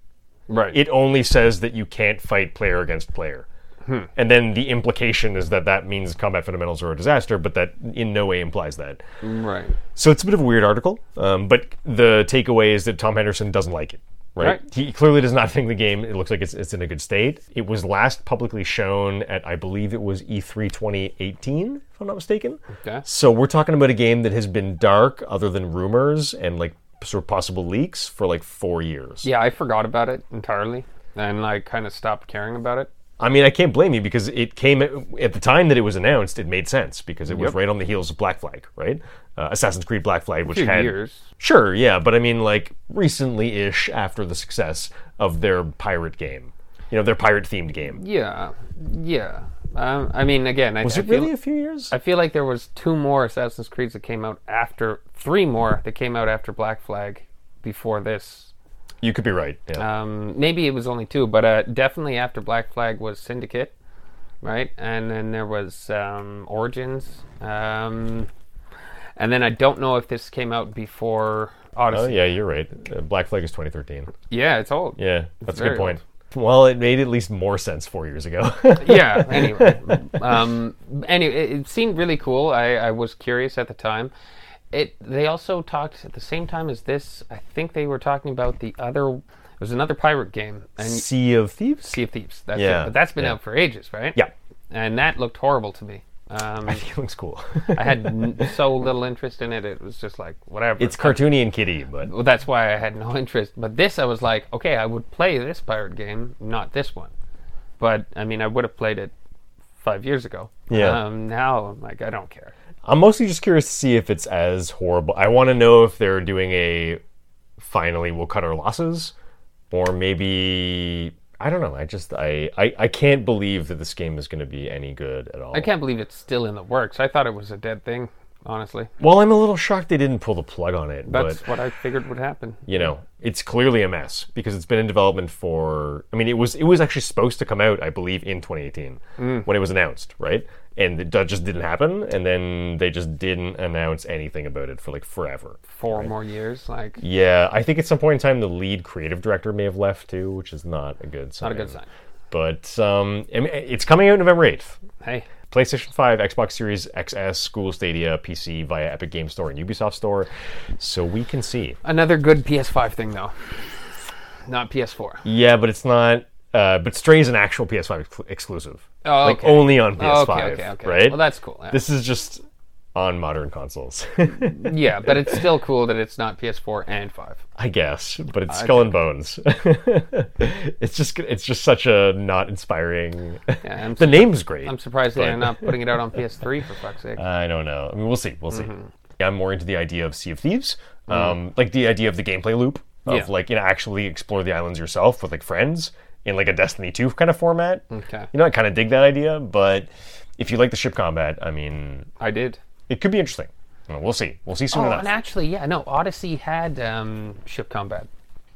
B: Right.
A: It only says that you can't fight player against player.
B: Hmm.
A: And then the implication is that that means combat fundamentals are a disaster, but that in no way implies that.
B: right.
A: So it's a bit of a weird article, um, but the takeaway is that Tom Henderson doesn't like it. Right?
B: Right.
A: He clearly does not think the game. It looks like it's, it's in a good state. It was last publicly shown at I believe it was E E3 2018, if I'm not mistaken.
B: Okay.
A: So we're talking about a game that has been dark, other than rumors and like sort of possible leaks, for like four years.
B: Yeah, I forgot about it entirely, and I kind of stopped caring about it.
A: I mean, I can't blame you because it came at, at the time that it was announced. It made sense because it was
B: Yep.
A: right on the heels of Black Flag, right? Uh, Assassin's Creed Black Flag, which
B: Two
A: had
B: years.
A: sure, yeah, but I mean, like recently-ish after the success of their pirate game, you know, their pirate-themed game.
B: Yeah. Yeah. Um, I mean, again, I,
A: Was
B: I
A: it
B: feel,
A: really a few years?
B: I feel like there was two more Assassin's Creeds that came out after three more that came out after Black Flag before this.
A: you could be right. Yeah.
B: Um, maybe it was only two, but uh, definitely after Black Flag was Syndicate, right? And then there was um, Origins, um, and then I don't know if this came out before
A: oh
B: Odyssey.
A: yeah, you're right. Uh, Black Flag is 2013.
B: yeah. it's old.
A: Yeah, that's a
B: very
A: good point. Well, it made at least more sense four years ago.
B: yeah. Anyway, um, anyway, it, it seemed really cool. I, I was curious at the time. It. They also talked at the same time as this. I think they were talking about the other. It was another pirate game and
A: sea of Thieves.
B: Sea of Thieves. That's
A: Yeah,
B: it. But that's been
A: yeah.
B: out for ages, right?
A: Yeah.
B: And that looked horrible to me. Um,
A: I think it looks cool.
B: I had n- so little interest in it. It was just like whatever.
A: it's cartoony and kitty, but
B: well, that's why I had no interest. But this, I was like, okay, I would play this pirate game, not this one. But I mean, I would have played it five years ago.
A: Yeah.
B: Um, now I'm like, I don't care.
A: I'm mostly just curious to see if it's as horrible. I want to know if they're doing a finally we'll cut our losses, or maybe I don't know. I just I I, I can't believe that this game is going to be any good at all.
B: I can't believe it's still in the works. I thought it was a dead thing. Honestly,
A: Well, I'm a little shocked they didn't pull the plug on it,
B: that's
A: but
B: what I figured would happen.
A: you know it's clearly a mess because it's been in development for. I mean, it was it was actually supposed to come out, I believe, in 2018
B: Mm.
A: when it was announced, right? And it, that just didn't happen, and then they just didn't announce anything about it for like forever.
B: Four more years, like
A: Yeah, I think at some point in time the lead creative director may have left too, which is not a good sign.
B: not a good sign.
A: But um, I mean, it's coming out November eighth.
B: Hey,
A: PlayStation 5, Xbox Series XS, Google Stadia, PC via Epic Game Store and Ubisoft Store, so we can see.
B: another good PS5 thing though. Not PS4.
A: Yeah, but it's not. Uh, but Stray is an actual PS5 ex- exclusive,
B: Oh,
A: like
B: okay.
A: only on PS5,
B: okay, okay, okay.
A: right?
B: Well, that's cool.
A: this is just on modern consoles,
B: yeah, but it's still cool that it's not PS4 and 5.
A: I guess. But it's Skull and Bones. it's just it's just such a not inspiring.
B: Yeah, I'm,
A: The
B: su-
A: name's great.
B: I'm surprised they're not putting it out on PS3 for fuck's sake.
A: I don't know. I mean, we'll see. We'll
B: Mm-hmm.
A: see. Yeah, I'm more into the idea of Sea of Thieves, um, like the idea of the gameplay loop of
B: Yeah.
A: like you know actually explore the islands yourself with like friends in like a Destiny two kind of format.
B: Okay.
A: You know, I kind of dig that idea, but if you like the ship combat, I mean,
B: I did.
A: it could be interesting. You know, We'll see. We'll see soon
B: Oh,
A: enough.
B: and actually, yeah, no, Odyssey had um, ship combat,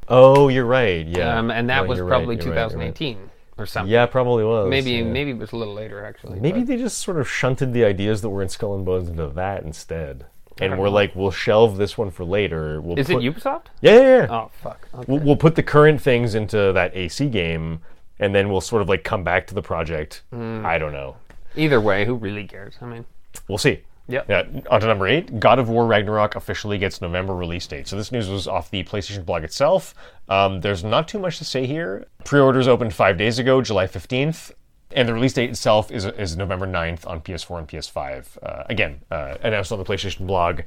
A: oh, you're right. Yeah,
B: um, and that
A: No,
B: was
A: Oh, you're right,
B: probably
A: you're right, you're right.
B: 2018 or something.
A: Yeah, probably was.
B: maybe
A: yeah.
B: maybe it was a little later actually.
A: Maybe they just sort of shunted the ideas that were in Skull and Bones into that instead, and we're like, we'll shelve this one for later. We'll
B: but- is it
A: put-
B: Ubisoft?
A: Yeah, yeah, yeah.
B: Oh fuck. Okay.
A: we'll, we'll put the current things into that AC game, and then we'll sort of like come back to the project.
B: Hmm.
A: I don't know.
B: Either way, who really cares? I mean,
A: We'll see.
B: Yep.
A: Yeah. On to number eight. God of War Ragnarok officially gets November release date. So this news was off the PlayStation blog itself. Um, there's not too much to say here. Pre-orders opened five days ago, July 15th. And the release date itself is, is November 9th on PS4 and PS5. Uh, again, uh, announced on the PlayStation blog.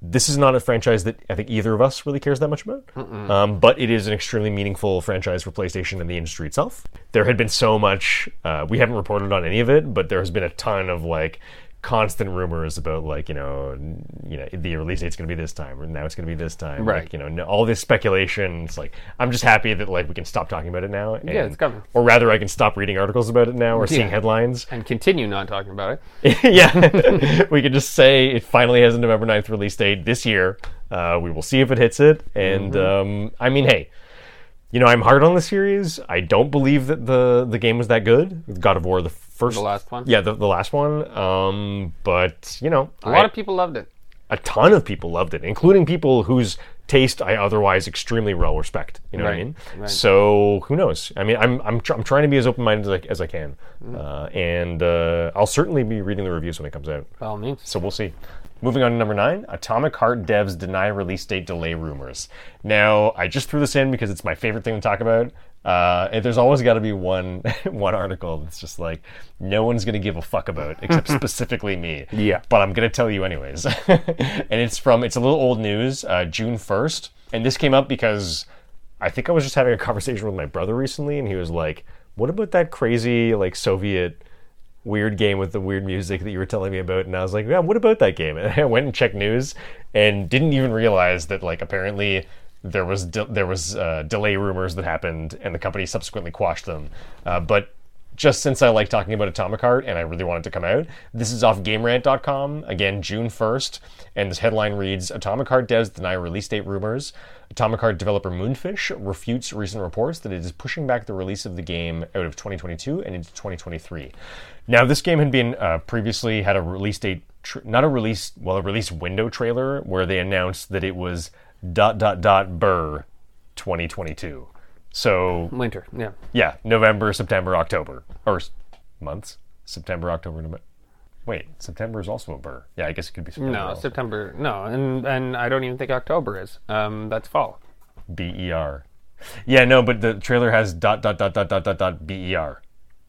A: This is not a franchise that I think either of us really cares that much about, um, but it is an extremely meaningful franchise for PlayStation and the industry itself. There had been so much, uh, we haven't reported on any of it, but there has been a ton of like constant rumors about like you know n- you know the release date's going to be this time or now it's going to be this time
B: Right.
A: like, you know n- all this speculation it's like i'm just happy that like we can stop talking about it now and,
B: it's covered.
A: or rather i can stop reading articles about it now or seeing headlines
B: and continue not talking about it.
A: yeah we can just say it finally has a november 9th release date this year uh, we will see if it hits it and
B: Mm-hmm.
A: um, i mean hey you know i'm hard on the series i don't believe that the the game was that good god of war the first
B: The last one.
A: yeah the, the last one um, but you know
B: A lot of people loved it.
A: a ton of people loved it, including people whose taste I otherwise extremely well respect. You know what I
B: Right,
A: mean?
B: right.
A: So who knows? I mean, I'm I'm, tr- I'm trying to be as open minded as, I- as I can,
B: Mm-hmm.
A: uh, and uh, I'll certainly be reading the reviews when it comes out.
B: By all means.
A: So we'll see. Moving on to number nine, Atomic Heart devs deny release date delay rumors. Now, I just threw this in because it's my favorite thing to talk about. Uh, and there's always got to be one one article that's just like no one's gonna give a fuck about except specifically me.
B: Yeah.
A: But I'm gonna tell you anyways. and it's from it's a little old news, uh, June first, and this came up because I think I was just having a conversation with my brother recently, and he was like, "What about that crazy like Soviet?" weird game with the weird music that you were telling me about and I was like, "Yeah, what about that game?" And I went and checked news and didn't even realize that like apparently there was de- there was uh, delay rumors that happened and the company subsequently quashed them. Uh, but just since I like talking about Atomic Heart and I really want it to come out, this is off GameRant.com, again, June 1st, and this headline reads Atomic Heart devs deny release date rumors. Atomic Heart developer Moonfish refutes recent reports that it is pushing back the release of the game out of 2022 and into 2023. Now, this game had been uh, previously had a release date, tr- not a release, well, a release window trailer where they announced that it was dot dot dot burr 2022. So
B: Winter, yeah.
A: yeah, November, September, October, or s- months. September, October, November. Wait, September is also a burr. Yeah, I guess it could be September.
B: No,
A: also.
B: September. No, and and I don't even think October is. Um, that's fall.
A: B E R. Yeah, no, but the trailer has dot dot dot dot dot dot dot B E R.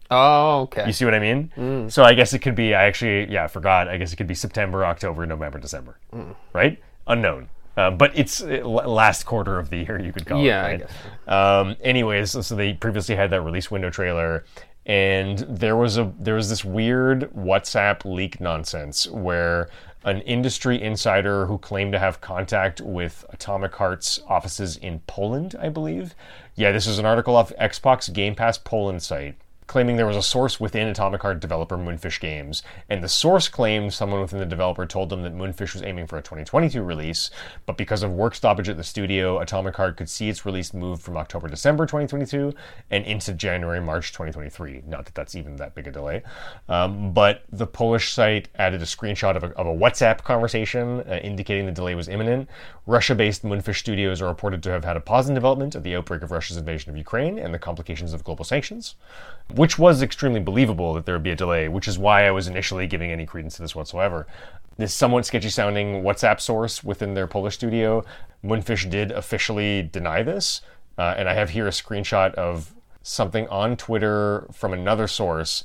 B: Oh, okay.
A: You see what I mean?
B: Mm.
A: So I guess it could be. I actually, yeah, I forgot. I guess it could be September, October, November, December,
B: Mm.
A: right? Unknown. Uh, but it's uh, l- last quarter of the year, you could call
B: Yeah, I
A: it. right? Um, anyways, so- so they previously had that release window trailer, and there was a there was this weird WhatsApp leak nonsense where an industry insider who claimed to have contact with Atomic Heart's offices in Poland, I believe. Yeah, this is an article off Xbox Game Pass Poland site claiming there was a source within Atomic Heart developer Moonfish Games, and the source claimed someone within the developer told them that Moonfish was aiming for a 2022 release, but because of work stoppage at the studio, Atomic Heart could see its release moved from October December 2022 and into January March 2023. Not that that's even that big a delay, um, but the Polish site added a screenshot of a, of a WhatsApp conversation uh, indicating the delay was imminent. Russia-based Moonfish Studios are reported to have had a pause in development at the outbreak of Russia's invasion of Ukraine and the complications of global sanctions which was extremely believable that there would be a delay, which is why I was initially giving any credence to this whatsoever. This somewhat sketchy sounding WhatsApp source within their Polish studio, Moonfish did officially deny this. Uh, and I have here a screenshot of something on Twitter from another source.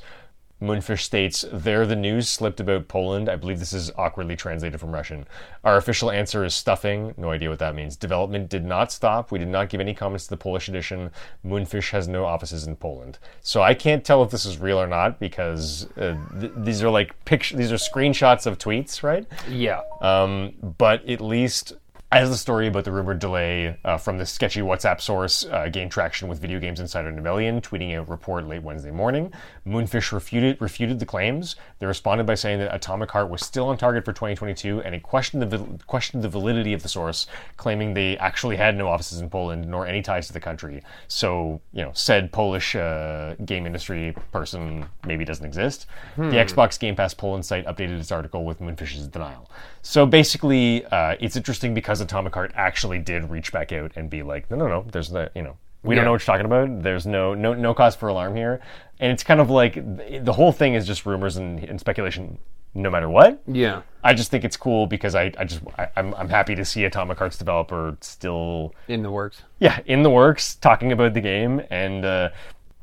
A: Moonfish states, There the news slipped about Poland. I believe this is awkwardly translated from Russian. Our official answer is stuffing. No idea what that means. Development did not stop. We did not give any comments to the Polish edition. Moonfish has no offices in Poland. So I can't tell if this is real or not because uh, th- these are like pictures, these are screenshots of tweets, right?
B: Yeah.
A: Um, but at least as the story about the rumored delay uh, from the sketchy WhatsApp source uh, gained traction with Video Games Insider Nevelian tweeting a report late Wednesday morning, Moonfish refuted, refuted the claims. They responded by saying that Atomic Heart was still on target for 2022, and it questioned the, val- questioned the validity of the source, claiming they actually had no offices in Poland nor any ties to the country. So, you know, said Polish uh, game industry person maybe doesn't exist. The Xbox Game Pass Poland site updated its article with Moonfish's denial. So basically, uh, it's interesting because Atomic Heart actually did reach back out and be like, no, no, no, there's the, you know, we don't
B: Yeah.
A: know what you're talking about. There's no, no, no cause for alarm here. And it's kind of like th- the whole thing is just rumors and, and speculation no matter what.
B: Yeah.
A: I just think it's cool because I, I just, I, I'm, I'm happy to see Atomic Heart's developer still
B: In the works.
A: yeah, in the works, talking about the game and uh,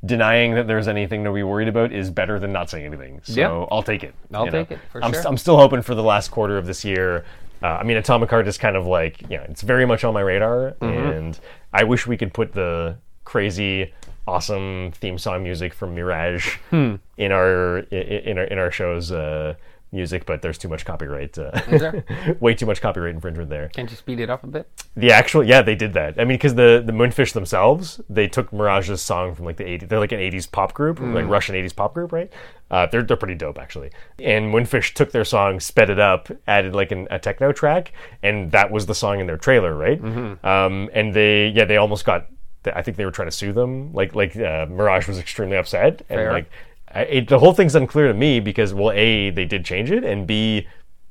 A: denying that there's anything to be worried about is better than not saying anything. So
B: Yeah.
A: I'll take it.
B: I'll take it, for
A: I'm,
B: sure.
A: I'm still hoping for the last quarter of this year. Uh, I mean, Atomic Heart is kind of like, you know, it's very much on my radar,
B: Mm-hmm.
A: and I wish we could put the crazy, awesome theme song music from Mirage
B: Hmm.
A: in our i- i- in our in our show's uh, music, but there's too much copyright, uh,
B: there?
A: way too much copyright infringement there.
B: Can't you speed it up a bit?
A: The actual, yeah, they did that. I mean, because the the Moonfish themselves, they took Mirage's song from like the 80s. They're like an 80s pop group, like Russian 80s pop group, right? Uh, they're they're pretty dope actually. And Moonfish took their song, sped it up, added like an, a techno track, and that was the song in their trailer, right? Um, and they, yeah, they almost got. I think they were trying to sue them. Like like uh, Mirage was extremely upset, and
B: Fair.
A: like I, it, the whole thing's unclear to me because well, a they did change it, and b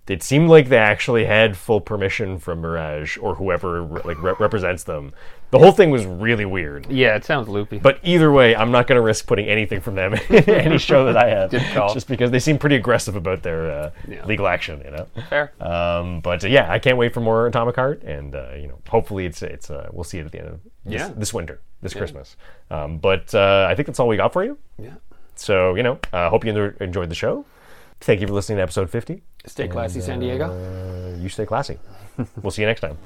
A: it seemed like they actually had full permission from Mirage or whoever re- like re- represents them. The whole thing was really weird.
B: Yeah, it sounds loopy.
A: But either way, I'm not going to risk putting anything from them in any show that I have,
B: call.
A: just because they seem pretty aggressive about their uh, legal action, you know.
B: Fair.
A: Um, but uh, yeah, I can't wait for more Atomic Heart, and uh, you know, hopefully it's it's uh, we'll see it at the end of this,
B: Yeah.
A: this winter, this Christmas. Um, but uh, I think that's all we got for you.
B: yeah.
A: So you know, uh, hope you en- enjoyed the show. Thank you for listening to episode 50.
B: Stay classy, San Diego.
A: Uh, you stay classy. we'll see you next time.